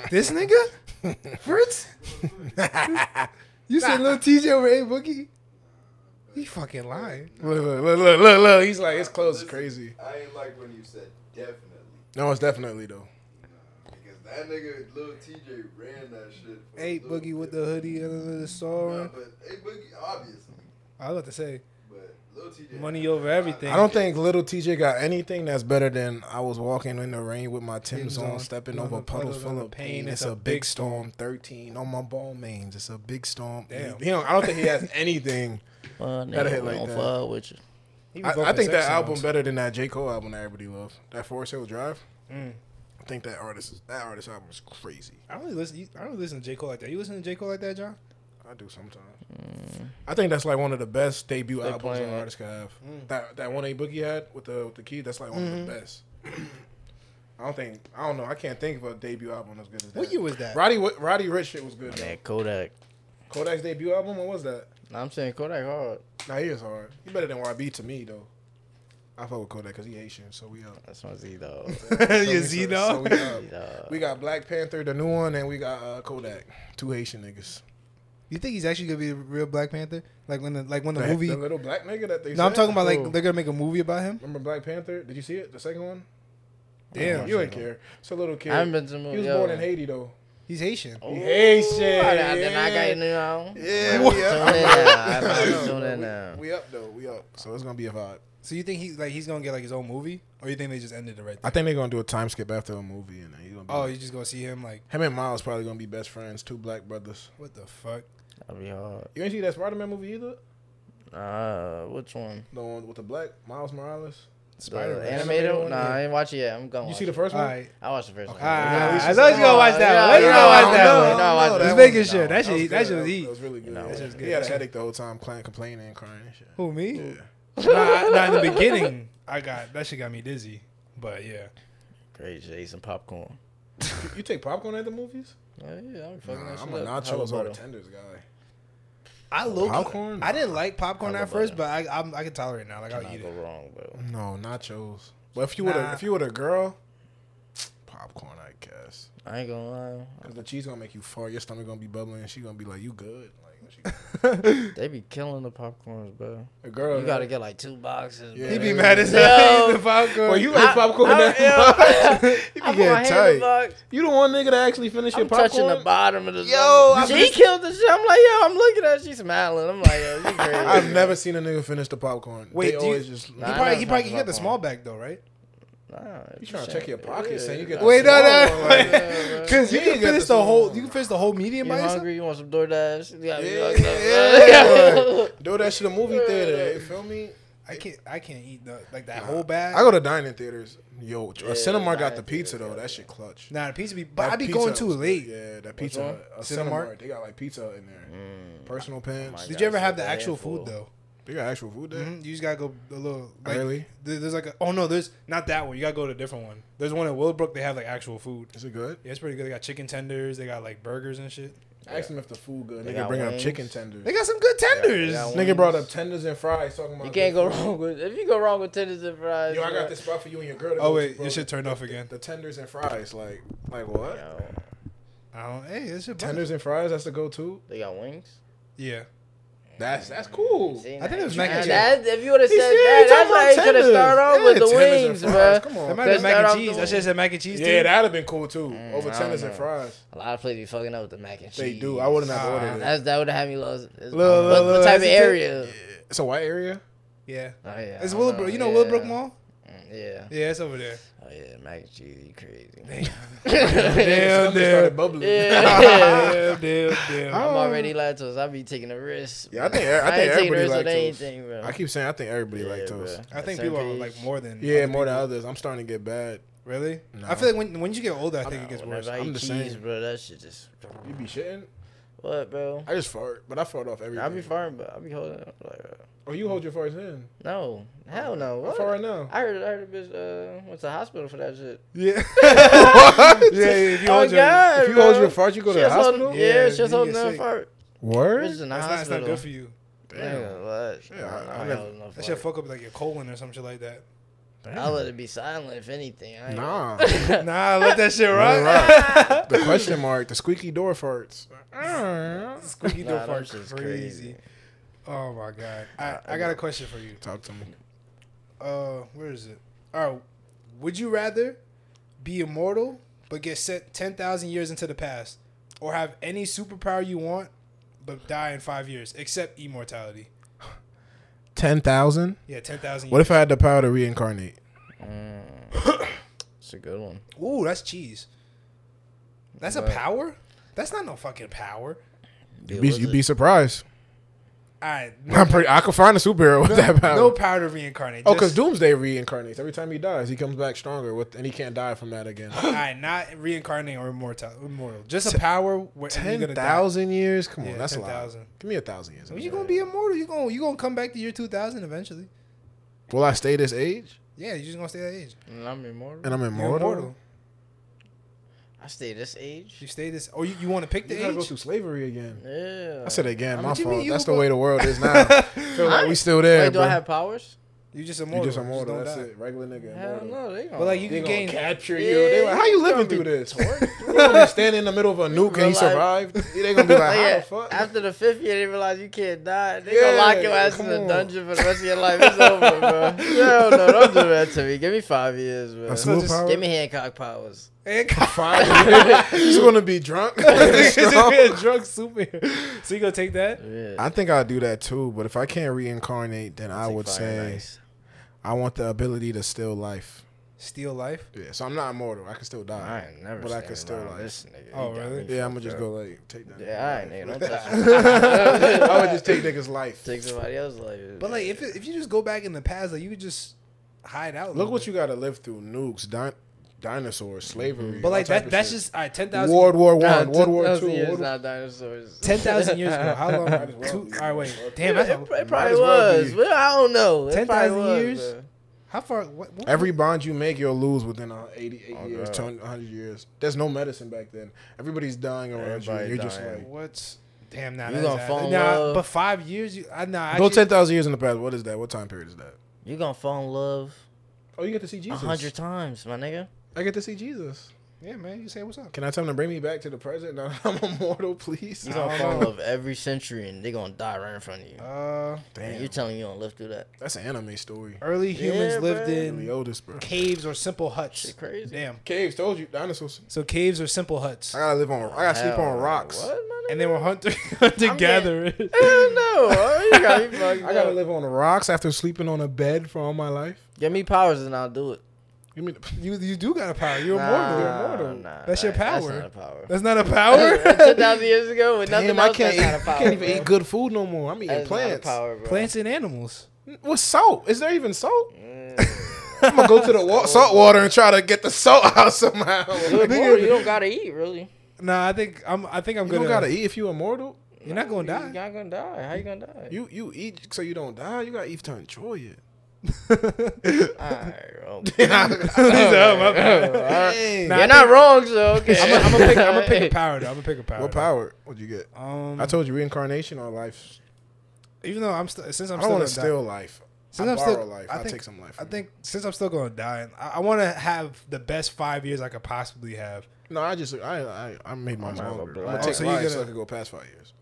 this nigga, Fritz, you said Lil TJ over a boogie? He fucking lying.
Look, look, look, look, look, look. He's like, his clothes is
Listen,
crazy.
I ain't like when you said definitely.
No, it's definitely though.
Because that nigga, little TJ, ran that shit. for a
Hey,
little
Boogie with
bit.
the hoodie under the
Nah,
sorrow.
but hey, Boogie, obviously.
I was about to say
But little TJ.
money over everything.
I don't think little TJ got anything that's better than I was walking in the rain with my Tim's
Timbs
on,
on,
stepping
on
over
the
puddles
puddles
full
on the
of pain. It's, a big storm. Thirteen on my ball mains. It's a big storm.
Damn.
He, he don't, I don't think he has anything.
Well,
Gotta hit
nigga, we
like
don't
that.
fuck with you.
He
I,
was
I
bumping
think
sex
that album
songs.
better than that J Cole album that everybody loved. That Forest Hill Drive.
Mm.
I think that artist is- that artist album is crazy.
I don't really listen. you- I don't really listen to J Cole like that. You listen to J Cole like that, John?
I do sometimes. I think that's like one of the best debut
They
albums an
playing it.
artist could have.
Mm.
That that one A Boogie had with the with the key, that's like one
Mm-hmm.
of the best. I don't think I don't know. I can't think of a debut album as good as that.
What year was that?
Roddy Wi- Roddy Rich shit was good. though.
Man, Kodak.
Kodak's debut album, what was that?
Nah, I'm saying Kodak hard.
Nah, he is hard. He better than YB to me though. I fuck with Kodak because he Haitian, so we up.
That's my Z dog.
you
So we-
see,
so-
no.
so we up.
Z dog.
We got Black Panther, the new one, and we got uh, Kodak, two Haitian niggas.
You think he's actually gonna be a real Black Panther? Like when the like when the
The,
movie?
the little black nigga that they.
no, I'm
said?
talking about like
Who?
they're gonna make a movie about him.
Remember Black Panther? Did you see it? The second one.
Damn,
you ain't care. It's a little kid.
I haven't been to the movie.
he was
yo.
born in Haiti though.
He's Haitian.
Oh,
Haitian,
I, I, then I
yeah.
got you now.
Yeah,
Tune
we
in
up.
now. I
I
found
know.
you. Tune in
We-
now.
We, up though. We up. So it's gonna be a vibe.
So you think he's like he's gonna get like his own movie, or you think they just ended it right
I
there?
think they're gonna do a time skip after a movie, and he's gonna be.
Oh,
Oh,
you just gonna see him like
him and Miles probably gonna be best friends, two black brothers.
what the fuck?
That'd be hard.
You ain't see that Spider Man movie either?
Uh, which one?
The one with the black Miles Morales.
Spider-Man.
The
Animated one,
animated? Nah, I ain't watch it yet. I'm going.
You see the first
All
one?
right.
I watched the first one.
Okay. Ah,
Yeah,
I
we
thought you
should-
was gonna
watch that
Yeah,
one. I thought you was
yeah,
gonna watch
I
that
know,
one.
I know, I watched
No,
that
that
Just
one-
making
one.
sure.
No.
That
was
shit.
good.
That shit was
that
heat.
was really good.
That was
He
good.
had a headache the whole time, clan- complaining and crying and shit.
Who me?
Yeah.
nah, nah, in the beginning, I got that shit got me dizzy. But yeah,
Great Jason popcorn.
You- You take popcorn at the movies?
Oh, yeah, I'm fucking
Nah,
that
I'm
shit
a
up.
nachos
Hella
or
butter.
tenders guy.
I low
Popcorn?
I didn't like popcorn
I
at
love
first,
butter.
but I I'm, I can tolerate it now. Like I'll
Cannot
eat
go
it.
wrong, bro.
No, nachos. But if you were
Nah.
if you were a girl, popcorn, I guess.
I ain't gonna lie.
Cause the cheese gonna make you fart. Your stomach gonna be bubbling. She gonna be like, "You good?" Like,
They be killing the popcorns, bro.
A girl.
You gotta get like two boxes.
Yeah.
bro.
He
He be mad as hell.
Yo.
The popcorn.
Well, you like popcorn
I-
that
yo.
much. You be
I put my
getting
hand in
tight.
the box.
You the one nigga that actually finished your
I'm
popcorn.
touching the bottom of the.
Yo,
zone.
I've
she
been-
killed the shit. I'm like, yo, I'm looking at. her. She smiling. I'm like, yo, she crazy.
I've never seen a nigga finish the popcorn.
Wait,
Wait,
do
they
you-
always just.
He
Nah.
probably,
I
he
know
probably
it's
can get
not
the
popcorn.
small bag though, right?
Nah,
You trying to check your pockets?
yeah,
saying you get
Wait,
the
no,
small
no.
one, like-
Yeah, bro.
Because you
Uh, Yeah,
can
you got
finish
the
the whole.
small
You can finish the whole medium
You
by yourself.
hungry? You want some DoorDash? You got me
Yeah,
fucked up, bro.
yeah. Do that shit a movie theater. You feel me?
I can't. I can't eat the, like that
Nah.
whole bag.
I go to dining theaters. Yo,
Yeah,
Cinemark got
dining
the pizza though.
theaters, yeah.
That shit clutch.
Nah, the pizza be. But
That
I be
Pizza
going
Hut
too
was good.
late.
Yeah, that pizza.
one?
Hut. Uh,
Cinemark?
Cinemark. They got like pizza Hut in there.
Mm.
Personal pants.
Mm-hmm. my
Did
God,
you ever
it's
have
a
the
bad
actual food
food.
though?
They got actual food there.
Mhm, You just gotta go a little. Like,
Really?
there- There's like a. Oh no, there's not that one. You gotta go to a different one. There's one at Willowbrook. They have like actual food.
Is it good?
Yeah, it's pretty good. They got chicken tenders. They got like burgers and shit.
Ask them if the food good.
They
Nigga
got
bring up
wings.
chicken tenders.
They got some good tenders.
got one-
Nigga brought up tenders and fries. Talking about
You can't
the
go
food.
wrong with if you go wrong with tenders and fries.
Yo, I
bro.
got this spot for you and your girl. To
oh
go
wait,
to, bro.
your shit turned off again.
The tenders and fries. Like, like what?
Yo,
I don't. Hey, this shit.
Tenders and fries. That's the go-to.
they got wings.
Yeah.
That's that's cool.
See,
I think
now
it was
you
mac and
tryna-
cheese.
that's- If you would have said
said,
that,
"You
that's
talking
why you
about
should have
tenders."
started off with
Yeah,
the
tenders and
wings,
fries.
bro.
Come on.
That might have
Oh, That's
been mac
not
and
on
cheese.
the
That shit said mac and cheese.
Yeah,
too.
that'd have been cool too.
Mm,
Over
I don't
tenders and
know.
fries.
A lot of places be fucking up with the mac and cheese.
They do. I wouldn't have
Ah,
ordered it.
That's that would have had me lost. It's-
Look,
what,
look,
what
look,
type
that's
of
the-
area?
It's a white area.
Yeah.
Oh yeah,
It's
I don't
Willowbrook. You know
yeah.
Willowbrook Mall?
Mm, Yeah.
Yeah, it's over there.
Oh yeah, mac and cheese, you crazy.
Damn,
Something
dude.
started bubbling.
Yeah.
damn, damn, damn.
I'm already lactose. I be taking a risk.
Yeah, I think-
bro.
I think
ain't taking a
everybody
risk with
lactose.
anything, bro.
I keep saying I think everybody
Yeah,
like those.
bro.
I think
Certain
people are
people-
like more than
Yeah,
other
more than
people.
others. I'm starting to get bad.
Really?
No.
I feel like when when you get older, I think it gets
Whenever
worse.
I
I'm
eat
the
cheese,
same.
bro, that shit just
You be shitting?
what, bro?
I just fart, but I fart off everything.
I be farting, but I be holding. Up, like, uh,
Oh, you hold your farts in.
no, hell no.
I fart
What?
right now.
I heard, I heard a bitch uh, went to the hospital for that shit.
Yeah.
What?
yeah, yeah, if you
oh
hold your-
God,
If you hold
bro.
your fart, you go to
She
the
was holding-
hospital.
yeah,
Yeah,
she was
you
holding
get
her
sick.
fart. Bitch
Word?
is in the
That's not, it's not
hospital.
good for you.
Yeah,
Damn, what?
I-
I,
I
don't
never-
hold no
That shit
fart.
fuck up like your colon or some shit like that.
I let it be silent if anything. I ain't- Mm.
Nah.
Nah, let that shit
Let it
rot.
The question mark, the squeaky door farts.
Squeaky
Nah,
door
them
farts
shit's
is crazy.
crazy.
Oh my god. I, I got a question for you.
Talk to me.
Uh, where is it? All right. Would you rather be immortal but get sent ten thousand years into the past, or have any superpower you want but die in five years, except immortality?
Ten thousand.
Yeah, ten thousand.
What if I had the power to reincarnate?
Mm. It's a good one.
Ooh, that's cheese. That's a
Right.
power. That's not no fucking power.
Be a
Be, you'd
wizard.
be surprised.
All right. No,
I'm pretty. I could find a superhero with that power.
no power to reincarnate.
Oh, because
just-
Doomsday reincarnates every time he dies. He comes back stronger with, and he can't die from that again.
All right, not reincarnating or immortal. Immortal. Just a power. Where and you're
Ten
gonna die.
thousand years? Come on,
Yeah,
that's a lot.
10,000.
Give me a thousand years.
You're gonna be immortal. You're gonna you gonna come back to year two thousand eventually.
Will I stay this age?
Yeah, you're just gonna stay that age.
And I'm immortal.
And I'm
You're
immortal.
I stay this age.
You stay this. Oh, you, you want to pick
You
the
gotta
age?
go through slavery again.
Yeah.
I said again.
What
My
you mean
fault.
you
That's the
go-
way the world is now. Feel like we still there,
Wait, do
bro.
I have powers?
you just
you
immortal.
just
don't
immortal. that's
die.
it. Regular nigga.
Hell
Immortal.
no, they gonna.
But like you
They
can
gonna
gain.
capture
Yeah,
you. They like, how you
you gonna
living
be
through this? you gonna be standing in the middle of a nuke and
Real
you
life.
survived? They gonna be like, how
Yeah,
the fuck?
After the fifth year, they realize you can't die. They
Yeah,
gonna lock your ass in
come
the
on.
dungeon for the rest of your life. It's over, bro. No, no, don't do that to me. Give me five years, bro.
That's no
just
power.
Give me Hancock powers.
And
five years. He's gonna be drunk.
a drunk superhero. So you gonna take that?
Yeah.
I think I'll do that too, but if I can't reincarnate, then I would say I want the ability to steal life.
Steal life.
Yeah, so I'm not immortal. I can still
I
die.
ain't never.
But I
standing
could still,
around
like-
this nigga.
Oh,
He got
really?
me
Yeah, I'm gonna just
fucked
go
up.
like take that.
Yeah, I ain't
nigga's
nigga.
life.
Don't touch me.
I would just take niggas' life.
Take somebody else's life.
But like, if it, if you just go back in the past, like you could just hide out. a
Look
little
what
bit.
you gotta live through: nukes, di- dinosaurs, slavery.
But
all
like
type
that.
of
That's
shit.
just all right, ten thousand.
World War
Nah,
One, World War
10,000
Two.
years,
World War-
not dinosaurs.
Ten thousand years ago. How long?
Might as well
two,
be.
all right, wait. Damn. That's
it,
a,
it probably
as well
was.
be.
Well, I don't know. It
10,000
probably was,
years?
bro.
how far? What, what,
Every bond you make, you'll lose within uh, 88
Oh,
years,
God.
20, 100 years. There's no medicine back then. Everybody's dying around
Everybody
you. You're just
dying.
like,
What's damn? Now
You
that's
gonna
ass.
fall in
Nah,
love.
but five years. You, I nah.
go
actually-
10,000 years in the past. What is that? What time period is that?
You gonna fall in love
Oh, you get to see
a
Jesus.
hundred times, my nigga.
I get to see Jesus.
Yeah, man. You say what's up.
Can I tell them to bring me back to the present? Now that I'm immortal, please. Oh,
You're
I
gonna
don't
fall
know.
of every century and they're gonna die right in front of you.
Uh,
And
Damn,
You're telling me you don't live through that.
that's an anime story.
early humans
Yeah,
lived
bro.
The
in
oldest, bro.
caves or simple huts.
Shit crazy.
Damn.
Caves told you dinosaurs.
So caves are simple huts,
I gotta live on. I gotta sleep
Hell,
on rocks.
What, my nigga?
and they were hunter hunter gatherers.
Hell no. Oh, you got me fucked
I gotta
up.
live on rocks after sleeping on a bed for all my life.
Give me powers and I'll do it.
You mean
You you do got a power. You're
Nah,
immortal. You're immortal.
nah,
that's your
nah,
power.
That's not a power.
That's not a power.
Ten thousand years ago with nothing
damn? I
else.
can't.
that's
Eat,
not a power.
I can't even
bro.
eat good food no more. I'm eating
That is not a
plants.
power, bro.
Plants and animals.
What's salt? Is there even salt?
Mm.
I'm gonna go to the wa- salt water and try to get the salt out somehow.
You're
you
immortal, you don't gotta eat really.
Nah, I think I'm. I think I'm
don't
gonna.
gotta eat if you immortal.
You're not gonna die.
You're not gonna die. How you gonna die?
You you eat so you don't die. You gotta eat to enjoy it.
Alright,
Nah,
bro. You're
I
not wrong, so okay.
I'm gonna pick. I'm gonna pick a power. Though. I'm gonna pick a power.
what power would you get?
Um,
I told you reincarnation or life.
even though I'm still since I'm
I don't
still
want to
gonna die,
steal life.
Since
I
I'm
borrow
still-
life.
I
I will
think-
take some life.
I
from
think since I'm still gonna die, I, I want to have the best five years I could possibly have.
you. no. I just I I, I made mine
I'm out of
longer. I'm
black.
gonna take
Oh, so you
life so
gotta-
I could go past five years.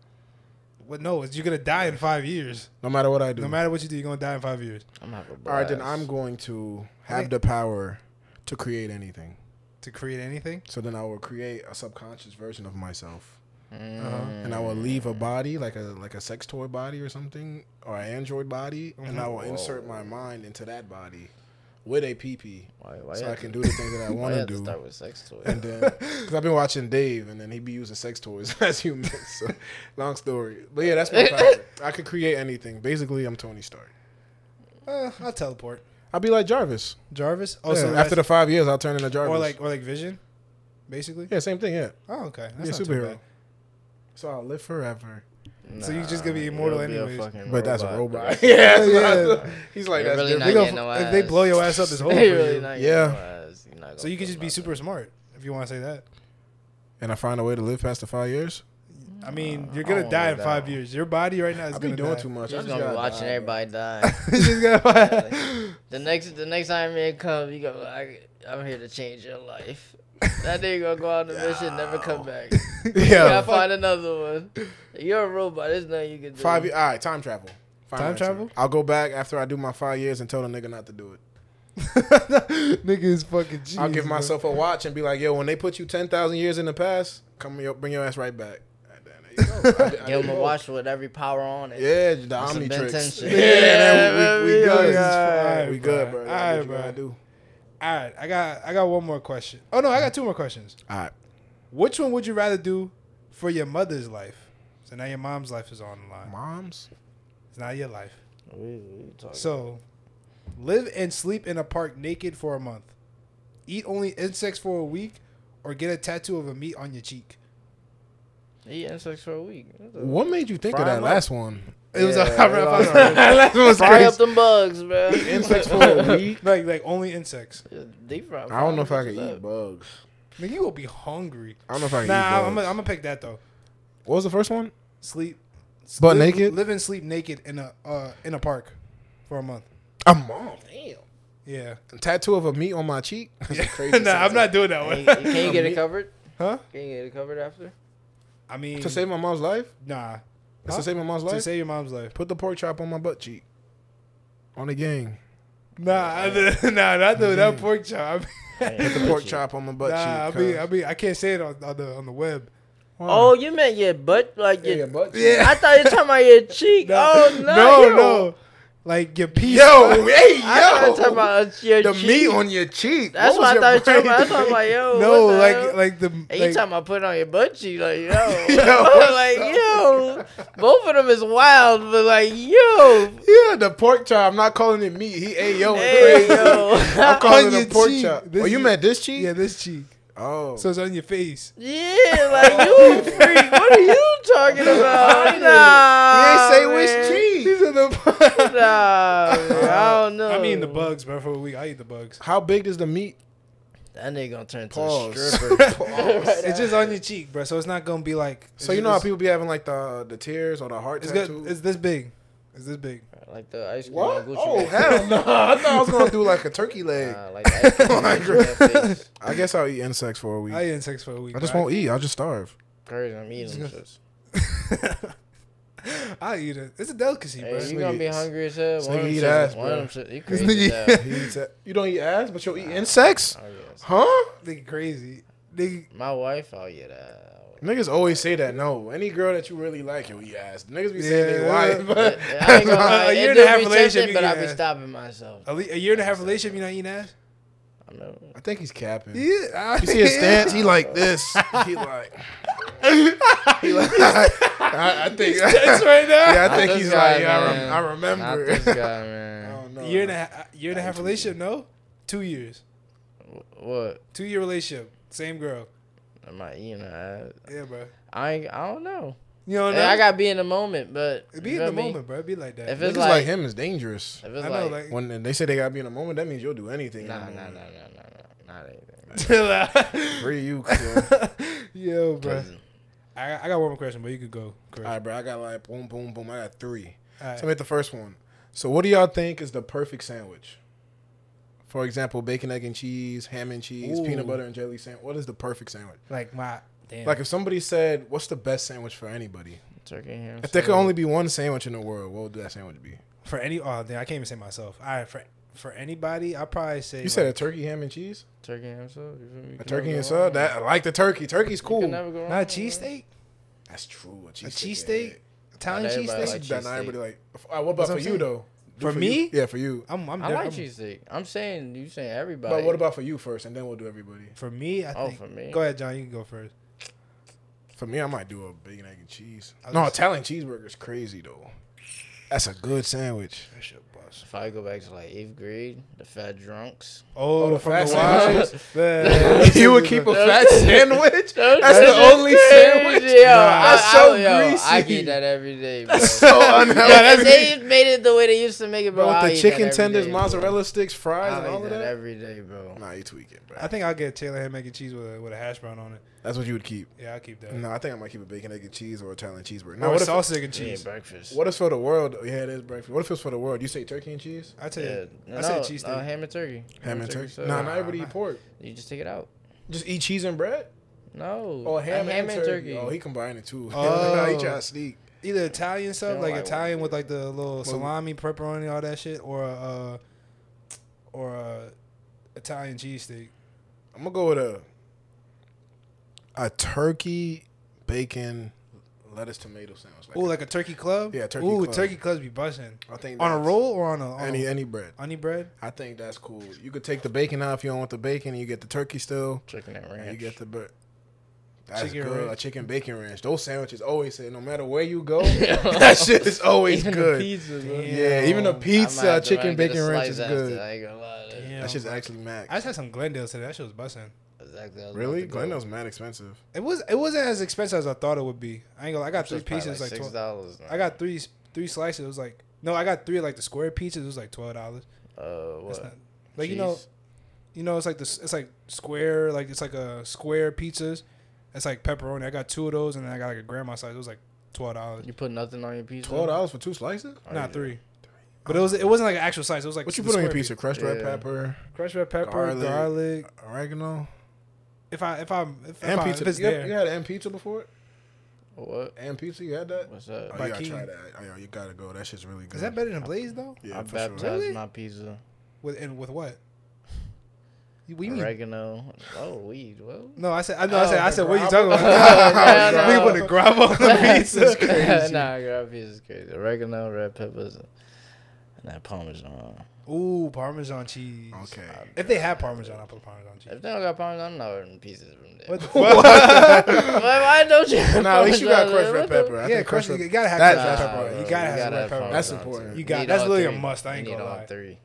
What? No, it's- you're gonna die in five years.
No matter what I do.
No matter what you do, you're gonna die in five years
I'm not gonna
All right, then I'm going to have the power to create anything.
to create anything.
So then I will create a subconscious version of myself,
Mm.
and I will leave a body like a like a sex toy body or something, or an android body, and I will insert my mind into that body with a PP,
Why, why
so
you
I
have
can
to-
do the things that I
why
want
you
to
have
do.
Start with sex toy.
And then, because I've been watching Dave, and then he be using sex toys as humans. So, long story, but yeah, that's my power. I could create anything. Basically, I'm Tony Stark.
Uh, I'll teleport.
I'll be like Jarvis.
Jarvis.
Oh,
Also,
after the five years, I'll turn into Jarvis.
or like or like Vision, basically.
yeah, same thing. Yeah,
Oh, okay.
be a
not too
superhero.
bad.
So I'll live forever.
so you just gonna be immortal
you'll be a
anyways.
fucking
But that's a
bro.
robot. yeah, that's what I
Yeah.
thought. He's like
You're
that's different.
really not
They
getting
gonna-
no
if they
ass.
blow your ass up, it's
They
over. for you.
really not getting
Yeah.
no ass. You're not gonna
So you could
feel
just be
nothing.
super smart if you want to say that.
And I find a way to live past the five years.
I mean,
Uh,
you're
I
gonna
won't
die in
live that
five
long.
years. Your body right now is
I've been
gonna
doing
die.
too much.
You're
I
just gonna be
gotta
watching
die, bro.
everybody die.
Just gonna-
The next, the next Iron Man come, you go. I, I'm here to change your life. That nigga gonna go on a mission, never come back.
Yeah.
Gotta find another one. You're a robot. There's nothing you can do.
Five. ye- All right, time travel. Find
Time
an answer.
travel?
I'll go back after I do my five years and tell the nigga not to do it.
Nigga is fucking. Genius,
I'll give
bro.
myself a watch and be like, "Yo, when they put you ten thousand years in the past, come yo, bring your ass right back." And then there you go. I did- I
Give
did
him a
both.
watch with every power on it.
Yeah, the
some
Omni
Ben
tricks.
10
Yeah,
shit.
man, we, we
Yeah,
good.
yeah, yeah.
we good, bro.
All
That's
right,
what you
bro.
gotta do.
All right, I got I got one more question. Oh no, I got two more questions.
All right.
Which one would you rather do for your mother's life? So now your mom's life is on the line.
Moms.
It's not your life.
What are you- what are you talking
So, live and sleep in a park naked for a month. Eat only insects for a week, or get a tattoo of a meat on your cheek.
about? Eat insects for a week. What the-
What made you think
Fry
of that
them up.
last one?
It was a
Yeah,
I read- I
it was-
found it.
last one was
Fry up them bugs, bro.
Eat insects for a week.
like like only insects.
Deep Uh, fry.
I don't know if I can
What's
eat
up?
bugs.
Man, you will be hungry.
I don't know if I can eat
Nah,
bugs.
I'm gonna I'm gonna pick that though.
what was the first one?
Sleep,
Butt
live-
naked?
Live and sleep naked in a uh, in a park for a month.
A mom.
Yeah.
Tattoo of a meat on my cheek. That's a crazy
nah, I'm
sentence.
not doing that
Hey,
one.
Can you, get it covered?
Huh?
Can you get it covered after?
I mean,
Mm.
To save my mom's life?
nah.
That's
Huh?
to save my mom's
To
life?
save your mom's life.
Put the pork chop on my butt cheek. On the gang.
Nah, I, nah, not the, that pork chop.
Put the pork chop on my butt
nah, I
cheek.
mean,
cuz.
I mean, I can't say it on, on the on the web.
Why?
Oh, you meant your butt, like
yeah,
your.
your butt cheek.
I thought you were talking about your cheek. Oh no,
no,
yo.
no. Like your piece.
Yo, hey,
I thought you were talking
yo.
about uh, your
The
cheek.
meat on your cheek.
That's
What
what, I
was
thought you were talking
your
about. I was talking
brain?
about yo.
no,
what the
like
hell?
like the.
And you
like-
talking about putting on your butt cheek, like yo,
what's
like yo, both of them is wild, but like yo,
Yeah, the pork chop. I'm not calling it meat. He ate yo. and
hey
crazy.
yo,
I'm calling
On
it
your
a pork
cheek.
chop.
This
oh, you
is-
meant this cheek?
yeah, this cheek.
Oh.
So it's on your face.
yeah, like you a freak. What are you talking about? Nah,
he ain't say
Oh, man.
which cheek.
These are the.
Nah, man, I don't know.
I mean the bugs, bro. For a week, I eat the bugs.
How big is the meat?
That nigga gonna turn into a
Pause.
stripper.
Pause.
It's just on your cheek, bro. So it's not gonna be like.
So
it's
you know how
just-
people be having like the the tears or the heart
It's
tattoo?
good. It's this big. It's this big.
Like the ice cream.
What?
on Gucci
Oh
Man.
hell no! I thought I was gonna do like a turkey leg.
Nah, like the ice cream on
Like-
Gucci Man face.
I guess I'll eat insects for a week.
I
I,
eat insects for a week.
just
but
won't eat. I'll just starve.
Crazy, I'm eating them shits.
I eat it. It's a delicacy, bro.
Hey, you gonna be
nigga-
hungry as hell?
this
One of
nigga
them
eat
shits.
ass,
one
bro.
of them shits. You
This
crazy as hell.
He eats a- you don't eat ass, but you'll eat insects,
Oh, yes.
huh?
Nigga crazy. Nigga,
My wife, oh yeah, that.
Niggas always say that. No, any girl that you really like, you'll eat ass. Niggas be saying they
Yeah.
wife, but
I ain't gonna lie.
A year
It
and a
do
half
be
relationship,
tempting, but
you
I
can
be
ask.
stopping myself.
a, le- a year and a half relationship, you not eating ass?
I know.
I think he's capping.
Yeah.
You see his stance? He like this. He like. he like I, I think.
That's right now.
Yeah, I think
this
he's
guy,
like. Yeah, I,
man.
rem- I
Not
remember.
this guy,
I
man.
don't know.
year and a half, year and a half relationship? No, two years.
what?
Two year relationship, same girl.
Am I eating her ass?
Yeah, bro.
I ain't, I don't know.
You know what
Hey, I gotta be in the moment, but
It be in
you
the
feel me?
moment, bro. It be like that.
If
Niggas
it's
like,
like,
him is dangerous.
if it's
I know,
like,
like,
When they say they gotta be in a moment, that means you'll do anything. in
nah,
a
nah, nah, nah,
moment.
nah, nah, not anything.
chill out.
Free you. Khalil.
Yo, bro.
Prison.
I, I got one more question, but you could go. Chris.
All right, bro. I got like boom, boom, boom. I got three.
All right.
So I'm at the first one. So what do y'all think is the perfect sandwich? For example, bacon, egg, and cheese, ham and cheese, peanut
Ooh.
butter and jelly sandwich. What is the perfect sandwich?
Like my damn.
Like if somebody said, "What's the best sandwich for anybody?"
Turkey and ham.
If there could
sandwich.
only be one sandwich in the world, what would that sandwich be?
for any, oh damn, I can't even say myself. All right, for for anybody, I probably say
You said a
like,
turkey, ham and cheese,
turkey and ham sub, you feel me? You
a
can
turkey
never
and
go wrong.
sub. That I like the turkey. Turkey's
You
cool.
can never go wrong.
not a
man.
cheesesteak,
That's true. A
a
cheesesteak.
cheesesteak, Italian
Not everybody
cheesesteak.
like-
That's that
cheesesteak.
not everybody like. Uh, what about
That's what
for
I'm
you
saying.
though?
For
you.
me?
Yeah, for you.
I'm, I'm.
I like
I'm,
cheesesteak. I'm saying you saying everybody.
But what about for you first, and then we'll do everybody.
For me, I
Oh,
think.
for me.
Go ahead, John. You can go first.
For me, I might do a bacon, egg, and cheese.
I was
No,
gonna say-
Italian cheeseburger's crazy though. That's a good sandwich.
If I go back to like eighth grade, the fat drunks.
Oh,
Oh, the
from
fat
the wild.
sandwich.
Man.
you would keep a fat sandwich?
Those
That's the
shits is
only
crazy,
sandwich.
Yo,
That's
I,
so
I, yo, I
greasy.
get that every day, bro.
That's so unhealthy.
Yo, if they made it the way they used to make it, bro.
Bro,
I'll
with
eat
the
that
chicken
every
tenders,
day, bro.
mozzarella sticks, fries,
I'll
and
eat
all of
that
that.
every day, bro.
nah, you tweaking, bro.
I think I'll get Taylor ham mac and cheese with a, with a hash brown on it.
That's what you would keep.
Yeah, I'll keep that.
No, I think I might keep a bacon, egg, and cheese or Italian cheeseburger. No,
No,
what
it's
if,
sausage and
Cheese
cheese.
breakfast.
what if for the world? Yeah, it is breakfast. What if it's for the world? You say turkey and cheese?
I tell
Yeah,
you,
no,
I said
no,
cheesesteak.
ham and turkey.
Ham and turkey?
so
Nah, not everybody eat pork.
You just take it out.
Just eat cheese and bread?
No.
Oh,
a
ham, and, turkey. Oh, he combined it too.
Oh.
he tried to sneak.
Either Italian stuff,
don't
like
like what
Italian
we
with like the little salami, pepperoni, all that shit, or a, uh, or a Italian cheesesteak.
I'm gonna go with a a turkey bacon lettuce tomato sandwich. Like
Ooh, like a turkey club.
Yeah, turkey
Ooh,
club.
turkey clubs be busting
I think
on a
that's-
roll Oh. or on a on
Any
a,
any bread.
honey bread.
I think that's cool. You could take the bacon out if you don't want the bacon, and you get the turkey still.
Chicken and
And
ranch.
you get the bur- that's
Chicken
good.
ranch.
A chicken bacon ranch. Those sandwiches always say no matter where you go, that shit is always
Even the
good.
pizza, bro.
Damn.
Yeah, even a
I
I might
pizza,
have to
chicken
run and get a
bacon ranch
slice
is
after.
good.
I ain't gonna lie. That-
Damn.
That shit's actually max.
I just had some Glendale today. That shit was busting.
that's exactly how I was about
really?
to go.
Glendo's mad expensive.
It was it wasn't as expensive as I thought it would be. I ain't gonna. lie, I got
It's
three
just probably
pieces like,
six
twelve.
dollars.
I got three three slices. It was like no, I got three like the square pizzas. It was like twelve dollars.
Uh,
It's
what?
not like you know
Cheese?
you know it's like this it's like square like it's like a square pizzas. It's like pepperoni. I got two of those and then I got like a grandma size. It was like twelve dollars.
You put nothing on your pizza.
Twelve dollars for two slices?
Oh,
Not
yeah.
three. But it was it wasn't like an actual size. It was like
What you
the
put on your
square
pizza? Crushed red
Yeah.
pepper,
piece. Crushed red pepper, garlic.
Garlic. oregano,
If I if I if, if,
and
I,
pizza.
if it's
you, had-
there.
you had an pizza before?
What?
And pizza, you had that?
What's
Oh,
up?
you
By
gotta
King.
try that. Oh, yo, you gotta go. That shit's really good.
Is that better than Blaze though?
Yeah,
I
for sure.
baptized
Really?
my pizza.
With and with what? You- Oh, What do you mean?
Oregano. Oh, weed. Well.
No, I said I know I said I said what are you talking
Grabo.
about?
No,
We
no.
put a grab on the pizza. It's crazy.
nah, grab pizza is crazy. Oregano, red peppers, and that parmesan.
Ooh, Parmesan cheese.
Okay.
If they have Parmesan, I'll put Parmesan cheese.
If they don't got parmesan, I'm not ordering pizzas from there.
What the fuck?
why, why don't you? have
Nah, at least you got
parmesan?
crushed red
What the-
pepper. I
yeah,
think
crushed. You gotta have
that-
crushed red
that's
pepper.
important.
You gotta have
You
some red pepper.
That's
parmesan,
important.
too.
You got-
Need
that's
all
literally a
three.
must. I
You
ain't
need
gonna
all
lie.
three.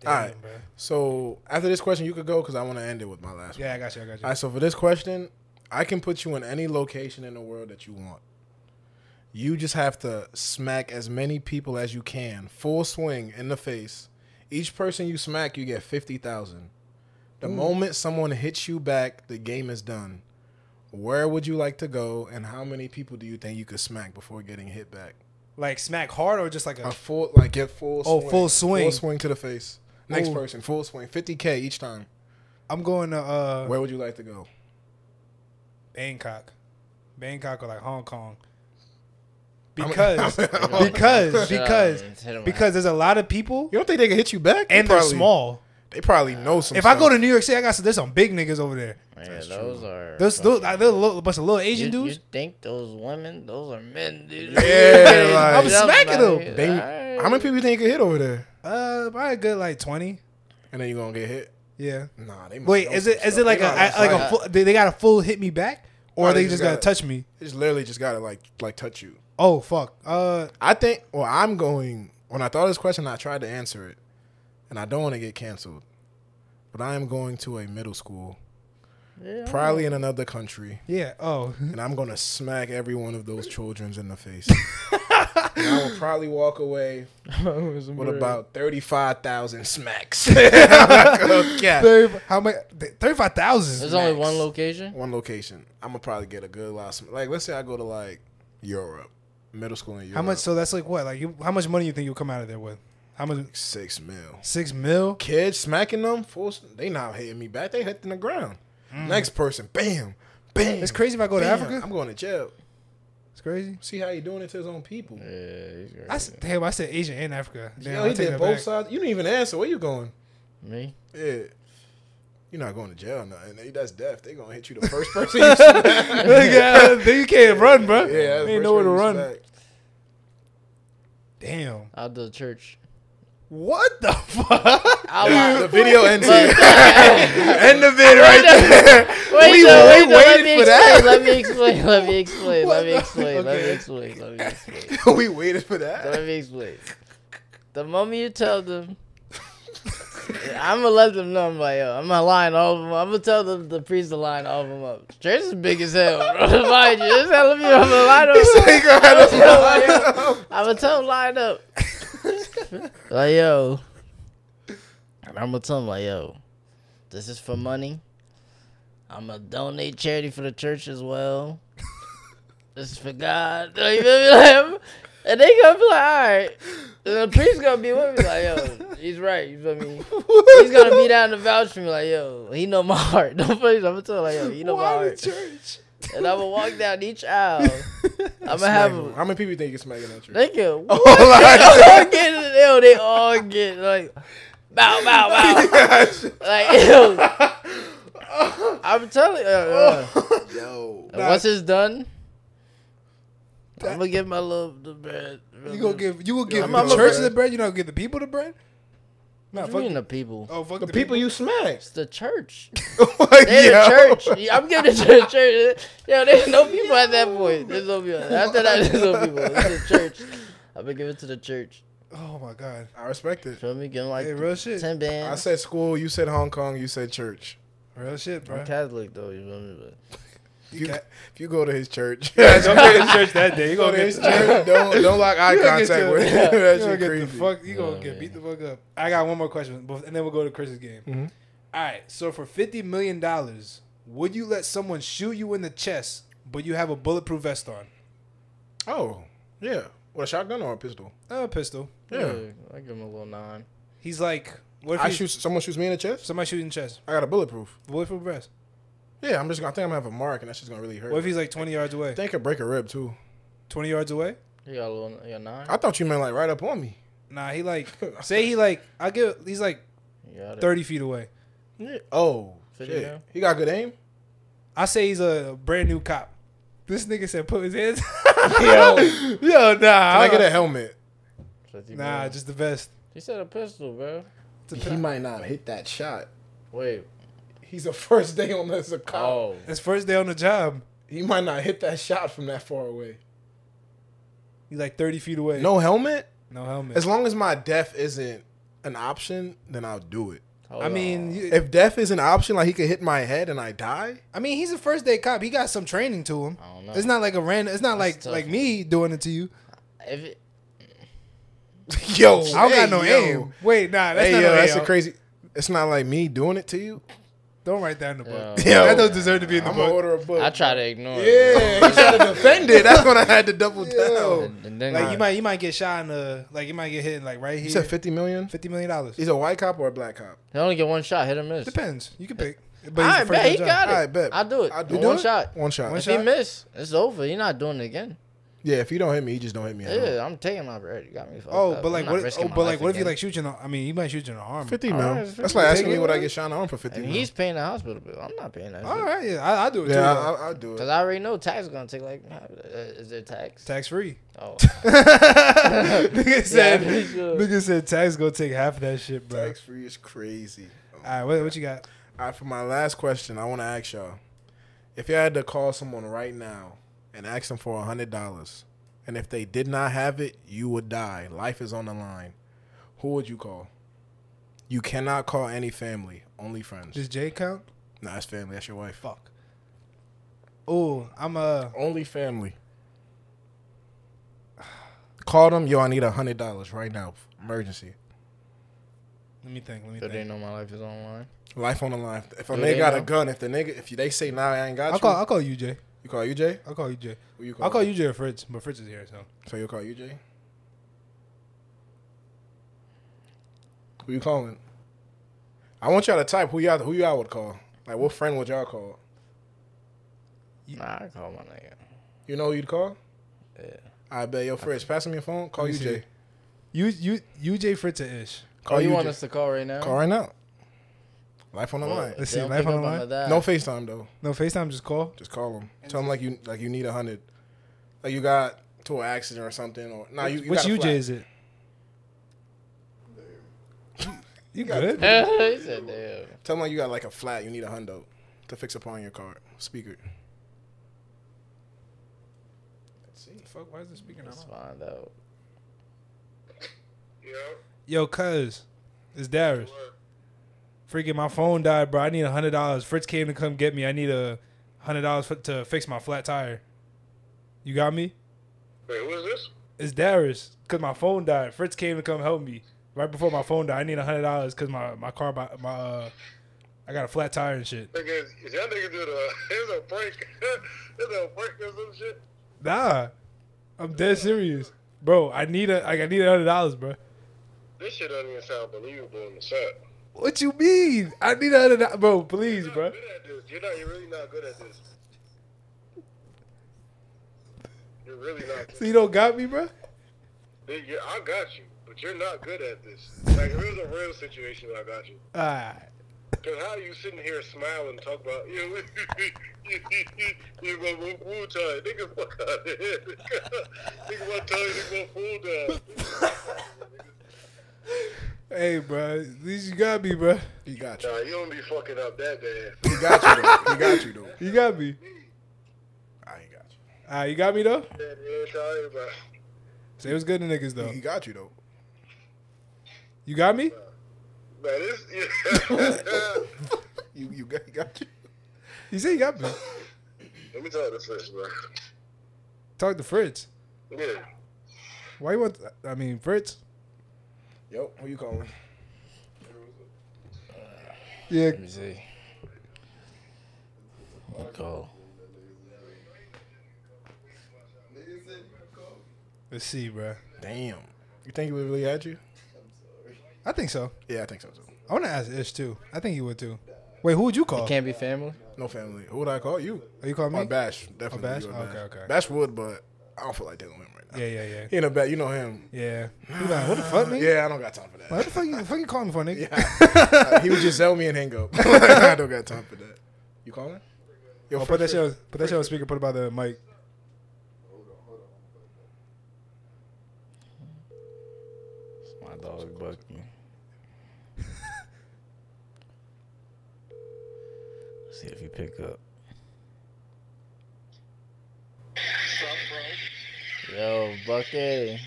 Damn,
Alright.
bro.
So after this question, you could go because I want to end it with my last one.
Yeah, I got you. I got you.
All right. So for this question, I can put you in any location in the world that you want. You just have to smack as many people as you can, full swing in the face. Each person you smack, you get fifty thousand. The moment someone hits you back, the game is done. Where would you like to go, and how many people do you think you could smack before getting hit back?
Like smack hard or just like a
A full, like get full.
Oh,
swing.
full swing.
Full swing to the face. Next
Ooh.
person, full swing, fifty k each time.
I'm going to uh
Where would you like to go?
Bangkok. Bangkok or like Hong Kong.
I'm-
Because
I'm-
because
Shut up,
because
man. Hit 'em
because there's a lot of people
you don't think they can hit you back? They
and they're
probably-
small.
They probably know some.
If I go
stuff.
to New York City, I got some, there's some big niggas over there.
out. Yeah, those are.
There's those,
fucking-
there's a little- bunch of little Asian
you,
dudes.
You think those women? Those are men, dude.
Yeah, like-
I'm smacking them.
They- how many people you think you can hit over there?
Uh, probably a good like twenty.
And then you are gonna get hit?
Yeah.
Nah, they. must
Wait,
know
is
some
it is
stuff.
it like
They
a
probably
I- like a
just
full, they, they got a full hit me back or
No,
they, just gotta,
gotta-
touch me?
They just literally just gotta like like touch you.
Oh fuck. Uh,
I think. Well, I'm going. When I thought of this question, I tried to answer it, and I don't want to get canceled. But I am going to a middle school, probably in another country,
yeah. Oh,
and I'm going to smack every one of those childrens in the face. and I will probably walk away with about thirty-five thousand smacks. yeah.
Thirty- how much? Thirty-five thousand.
There's only one location.
One location. I'm gonna probably get a good lot. Of, sm- like, let's say I go to like Europe, middle school in Europe.
How much? So that's like what? Like, you, how much money you think you'll come out of there with? How much?
Six mil.
Six mil.
kids smacking them. Full, they not hitting me back. They hitting the ground. Next person, bam, bam.
Mm. It's crazy if I go to
bam.
Africa.
I'm going to jail.
It's crazy.
See how he doing it to his own people.
Yeah, he's great.
I s- damn. I said Asian and Africa. Damn,
Yo,
I
he
take
did
that
both
back.
sides. You didn't even answer. Where you going?
me.
Yeah. You're not going to jail, or nothing. They- That's death. They gonna hit you the first person. You smack. yeah,
yeah, then you can't run, bro.
that's the
ain't
first
nowhere to
person
run.
you
Damn.
Out to the church.
What the fuck?
Out
smack. The video ends here.
End of it right there.
Wait,
We-
till-
we
wait, till- let
waited
me
for that.
explain, Let me explain. Let me explain.
What
Let me
the-
explain. Let me
okay.
explain. Let me explain.
we waited for that.
Let me explain. The moment you tell them, I'm gonna let them know. I'm like, yo, I'm gonna line all of them. I'm gonna tell them the priest to line all of them up. Church is big as hell, bro. Mind you, just tell them I'm gonna line them up. I'm gonna tell them line up. like yo, and I'm gonna tell them like yo, this is for money. I'm gonna donate charity for the church as well. this is for God. You feel me? Like, and they gonna be like, all right. And the priest gonna be with me like, yo, he's right. You feel me? He's gonna be down to vouch for me like, yo, he know my heart. Don't I'm gonna tell him like, yo, he know my
Why the
heart.
church?
And I'm gonna walk down each aisle. I'm gonna have.
How many people you think you smacking at you?
They get what? they all get it. Ew, they all get like bow bow bow. like ew. I'm telling you. Uh, uh,
Yo,
and once it's done, I'm gonna give my little the bread.
You gonna give you will give
I'm-
the
I'm a
church
bread.
the bread? You not give the people the bread? Nah,
What
fuck
do you mean
the-
the people?
Oh fuck
the people you smacked.
It's the church.
Like,
They're
yo.
the church. Yeah, I'm giving it to the church. Yo, there's no people at that point. There's no people. After that, there's no people. It's the church. I'm gonna give it to the church.
Oh my god.
I respect it.
Feel me? Give 'em like
Hey, real shit.
ten bands.
I said school, you said Hong Kong, you said church.
Real shit, bro.
I'm Catholic though, you feel me? But
If you,
cat-
if you go to his church,
Don't go to church that day. You
go
gonna
to
get
his church, don't don't lock eye
You gonna get
contact
your-
with him.
you
That
gonna
shit
get the
creepy.
fuck. You gonna
Yeah,
get beat
man.
the fuck up. I got one more question, bef- and then we'll go to Chris's game.
Mhm.
All right. So for fifty million dollars, would you let someone shoot you in the chest, but you have a bulletproof vest on?
Oh, yeah. With a shotgun or a pistol?
Uh, pistol.
Yeah.
I give him a little nine.
He's like, what if
I
he-
shoot someone shoots me in the chest.
somebody shooting chest?
I got a bulletproof.
Bulletproof vest.
Yeah, I'm just gonna I think I'm gonna have a mark, and that's just gonna really hurt.
What if he's like twenty yards away?
I think I break a rib too.
Twenty yards away?
You got a little, you got nine.
I thought you meant like right up on me.
Nah, he like say he like I give he's like
You got it.
thirty feet away.
Yeah. Oh,
Fifty
shit.
now?
He got good aim.
I say he's a brand new cop. This nigga said put his hands.
Yo,
Yo, nah.
I get
Ah.
a helmet.
50
Nah,
grand.
just the vest.
he said a pistol, bro.
He might not hit that shot.
Wait.
He's a first day on as a cop.
Oh.
His first day on the job.
He might not hit that shot from that far away.
He's like thirty feet away.
No helmet.
no helmet.
As long as my death isn't an option, then I'll do it.
hold
I mean,
on.
you-
If death is an option, like he could hit my head and I die,
I mean, he's a first day cop. He got some training to him.
I don't know.
It's not like a random. It's not
That's
like
tough.
like me doing it to you.
if it,
yo,
I don't
hey,
got no
yo.
aim. Wait, nah, that's
hey,
not
yo,
no
that's
aim.
a crazy. It's not like me doing it to you.
Don't write that in the book.
Yo.
That doesn't deserve to be in the
I'm gonna
book.
order a book.
uh, I try to ignore it.
yeah, you try to defend it. That's when I had to double
Yo.
down.
And, and then
Like you might you might get shot in the like you might get hit like right
You
here.
said fifty million.
Fifty million dollars.
He's a white cop or a black cop.
they only get one shot, hit or miss.
Depends. You can pick. But
All
he's
right,
the first
bet he
judge.
got it.
All right, bet.
I'll do it. I'll do
You
it.
do
one
it?
shot.
One shot.
One
If
shot.
he miss, it's over. You're not doing it again.
Yeah, if you don't hit me, you just don't hit me. at all.
Yeah, I'm taking my bread. You got me. fucked
Oh,
up.
but
I'm
like
not
what?
risking
Oh,
my
but
life
like what if you
again.
like shoot you in the? I mean, you might shoot you in the arm.
Fifty
All
mil.
right,
That's
50
like
mil.
asking me
Take it,
what I
right?
get shot in the arm for fifty
And
mil.
he's paying the hospital bill. I'm not paying that.
All right, yeah, I, I do it
Yeah,
too.
I, I, I do
Because
it.
I already know tax is gonna take like, uh, is there tax?
Tax free.
Oh,
nigga said,
pretty sure.
nigga said, tax gonna take half of that shit, bro.
Tax free is crazy.
All right, what, what you got?
All right, for my last question, I want to ask y'all: If y'all had to call someone right now and ask them for a hundred dollars, and if they did not have it, you would die. Life is on the line. Who would you call? You cannot call any family, only friends.
Does Jay count?
nah, it's family. That's your wife.
Fuck. Oh, I'm a.
Only family. Call them. Yo, I need a hundred dollars right now. Emergency.
Let me think. Let me
so they
think.
know my life is online.
Life on the line. If a
Do
nigga
they
got a
know?
gun, if the nigga, if they say nah, I ain't got
I'll
you,
call. I'll call you Jay.
you call UJ.
I'll call you Jay.
Who you
I'll call you Jay or Fritz, but Fritz is here, so
So you call UJ. Who you calling? I want y'all to type who y'all who y'all would call. Like what friend would y'all call?
Nah, I call my nigga.
You know who you'd call?
Yeah.
I bet your friends. Pass me your phone. Call
Let me
UJ.
see. you you you Jay Fritz or Ish.
Call
oh, you
UJ.
want us to call right now?
call right now. Life on the
Well,
line.
if
Let's
they
see,
don't
life
pick
on
up
the line?
that-
No FaceTime though.
No Facetime, just call.
Just call them. Tell them like you like you need a hundred. Like you got to an accident or something or nah, you, you
Which
got a
UJ
flat.
is it? You good?
he said, "Damn."
Tell them like you got like a flat. You need a hundo to fix upon your car speaker.
See, fuck, why is this speaking
Let's find out.
Yo, cuz, it's Darius. Freaking, my phone died, bro. I need a hundred dollars. Fritz came to come get me. I need a hundred dollars for- to fix my flat tire. You got me?
Wait, who is this?
It's Darius, cause my phone died. Fritz came to come help me right before my phone died. I need a hundred dollars, cause my my car, my, my uh, I got a flat tire and shit.
Nigga, is that nigga did a, it's a prank. it's a prank or some shit.
Nah, I'm dead serious, bro. I need a like I need a hundred dollars, bro.
This shit doesn't even sound believable in the set.
What you mean? I need a hundred, do- bro. Please,
You're
bro.
not good at this. You're not, you're really not good at this. You're really not
So
good.
you don't got me, bro.
Nigga, you- I got you, but you're not good at this. Like, if it was a real situation, I got you.
Ah,
Cause how you sitting here smiling, talk about you, know, you my woo woo tie, nigga, fuck out of here, nigga, my tie, nigga, my fool down.
hey, bro. At least you got me, bro.
He got you.
Nah, you don't be fucking up that bad.
He got you though. He got you though.
You got me.
I ain't got you.
Ah, you got me though.
That ass, all right, bro.
Say what's good to niggas though.
He got you though.
You got me?
Man, this, yeah.
You you got, he got you.
You say you got me.
Let me talk to Fritz, bro.
Talk to Fritz.
Yeah.
Why you want? I mean, Fritz.
Yo, who you calling?
Yeah.
Let me see. Call.
Let's see, bro.
Damn. You think he would really had you?
I think so.
Yeah, I think so too.
I want to ask Ish too. I think he would too. Wait, who would you call?
Can't be family.
No family. Who would I call? You
Are you calling
or
me?
Bash? Definitely.
Bash?
you or
Okay, okay.
Bash would, but I don't feel like dealing with him right now.
Yeah, yeah, yeah.
He in a bad. You know him.
Yeah. You like, what the fuck, nigga?
Yeah, I don't got time for that.
Like, what the fuck you, the fuck you calling me for, nigga?
Uh, he would just sell me and hang up. I don't got time for that. You calling? Yo,
Oh, put that
Fritz,
shit on, put that shit on speaker, put it by the mic.
My dog bucked me. see if you pick up. Yo, Bucky.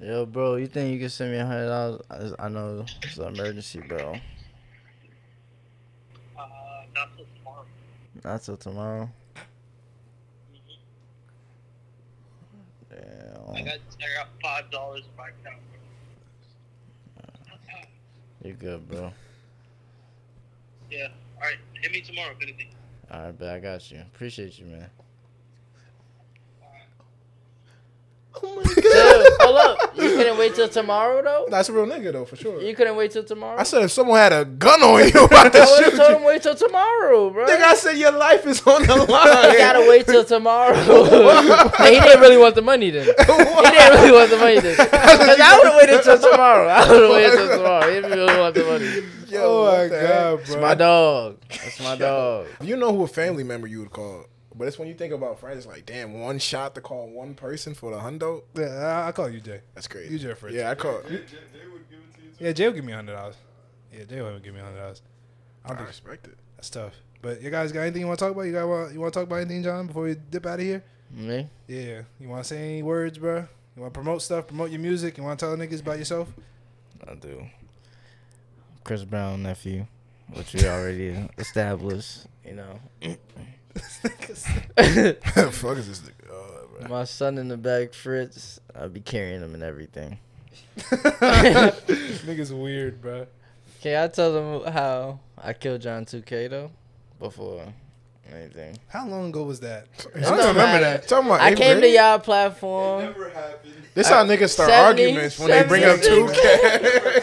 Yo, bro, you think you can send me a hundred dollars? I- I know it's an emergency, bro.
Uh,
Not till tomorrow.
I
Damn.
got I got five dollars in my account.
You're good, bro.
Yeah. All right. Hit me tomorrow if anything.
All right, but I got you. Appreciate you, man. Dude, hold up. You couldn't wait till tomorrow, though?
That's a real nigga though, for sure.
You couldn't wait till tomorrow?
I said if someone had a gun on you, about to
I would
shoot
have told
you.
him wait till tomorrow, bro.
Nigga, I said your life is on the line.
I gotta wait till tomorrow. And he didn't really want the money then. He didn't really want the money then. Because I would have waited till tomorrow. I would have waited till tomorrow. He didn't really want the money.
Yo,
Oh my
what the heck?
god, bro.
My dog. That's my dog.
You know who a family member you would call, but it's when you think about friends, it's like damn, one shot to call one person for the hundo.
Yeah, I, I call you Jay.
That's crazy.
You Jeffrey.
Yeah, I call.
They, they, they would give it to you too.
Yeah, Jay will give me hundred dollars. Yeah, Jay will give me hundred dollars.
I
I don't think
respect it.
that's tough. But you guys got anything you want to talk about? You got you want to talk about anything, John? Before we dip out of here.
Me?
Yeah. You want to say any words, bro? You want to promote stuff? Promote your music? You want to tell niggas about yourself?
I do. Chris Brown nephew, which we already established, you know.
fuck is this nigga? Oh, bro.
My son in the back, Fritz. I'll be carrying him and everything.
Oh,
niggas weird, bro.
Can I tell them how I killed John 2K though? Before anything.
How long ago was that?
I
don't matter.
Talking about
I
eighth
came to
grade?
y'all uh,
It
platform.
never happened.
This how niggas start
70,
arguments when they bring up
76.
2K.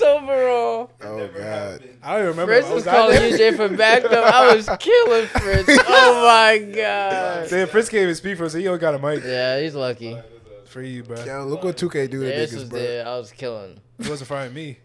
overall.
oh
never
god.
happened.
I don't even remember.
Fritz
I
was
out
calling
there.
UJ for backup. I was killing Fritz. Oh my god.
Damn, Fritz can't even speak for us. He don't got a mic.
Yeah, he's lucky.
For you, bro.
Yo, look what 2K do to
This
niggas,
was
bro.
there. I was killing.
He wasn't firing me.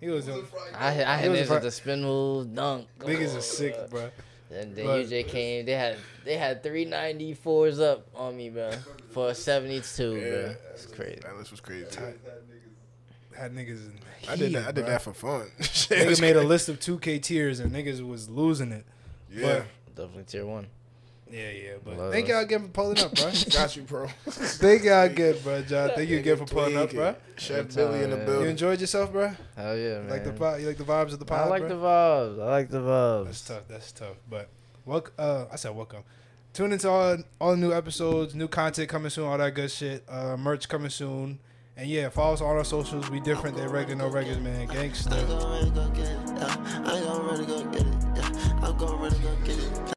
He was.
It
doing-
was a Friday
I hit- I hit
It was
this
a
with
fr-
the spin move dunk.
Niggas
Oh,
are sick,
bruh.
bro.
And then
But-
UJ came. They had they had three ninety fours up on me, bro, for seventy two, bro. It's crazy.
That list was crazy.
that niggas.
Had niggas. In
I did
heat,
that. I did
bruh.
that for fun. Shit,
Niggas made a list of 2K tiers and niggas was losing it.
Yeah,
Definitely tier one.
Yeah, yeah. But
Love
thank
us.
y'all again for pulling up, bro.
got you, bro.
thank y'all again, bro, John. Thank you again for pulling up,
Tweaking.
bro.
Chef
Good
Billy in the
time, man.
You
building.
enjoyed yourself, bro.
Hell yeah, man.
Like the pod, you like the vibes of the pod.
I like
bruh?
the vibes. I like the
That's
vibes.
tough. That's tough. But welcome. Uh, I said welcome. Tune into all all new episodes, new content coming soon, all that good shit. Uh, merch coming soon. And yeah, follow us on our socials. We different than regular, no regulars, man. Gangsta.
I gon' really go get it. Yeah. I gon' really go get it. Yeah. I gon' really go get it. Yeah.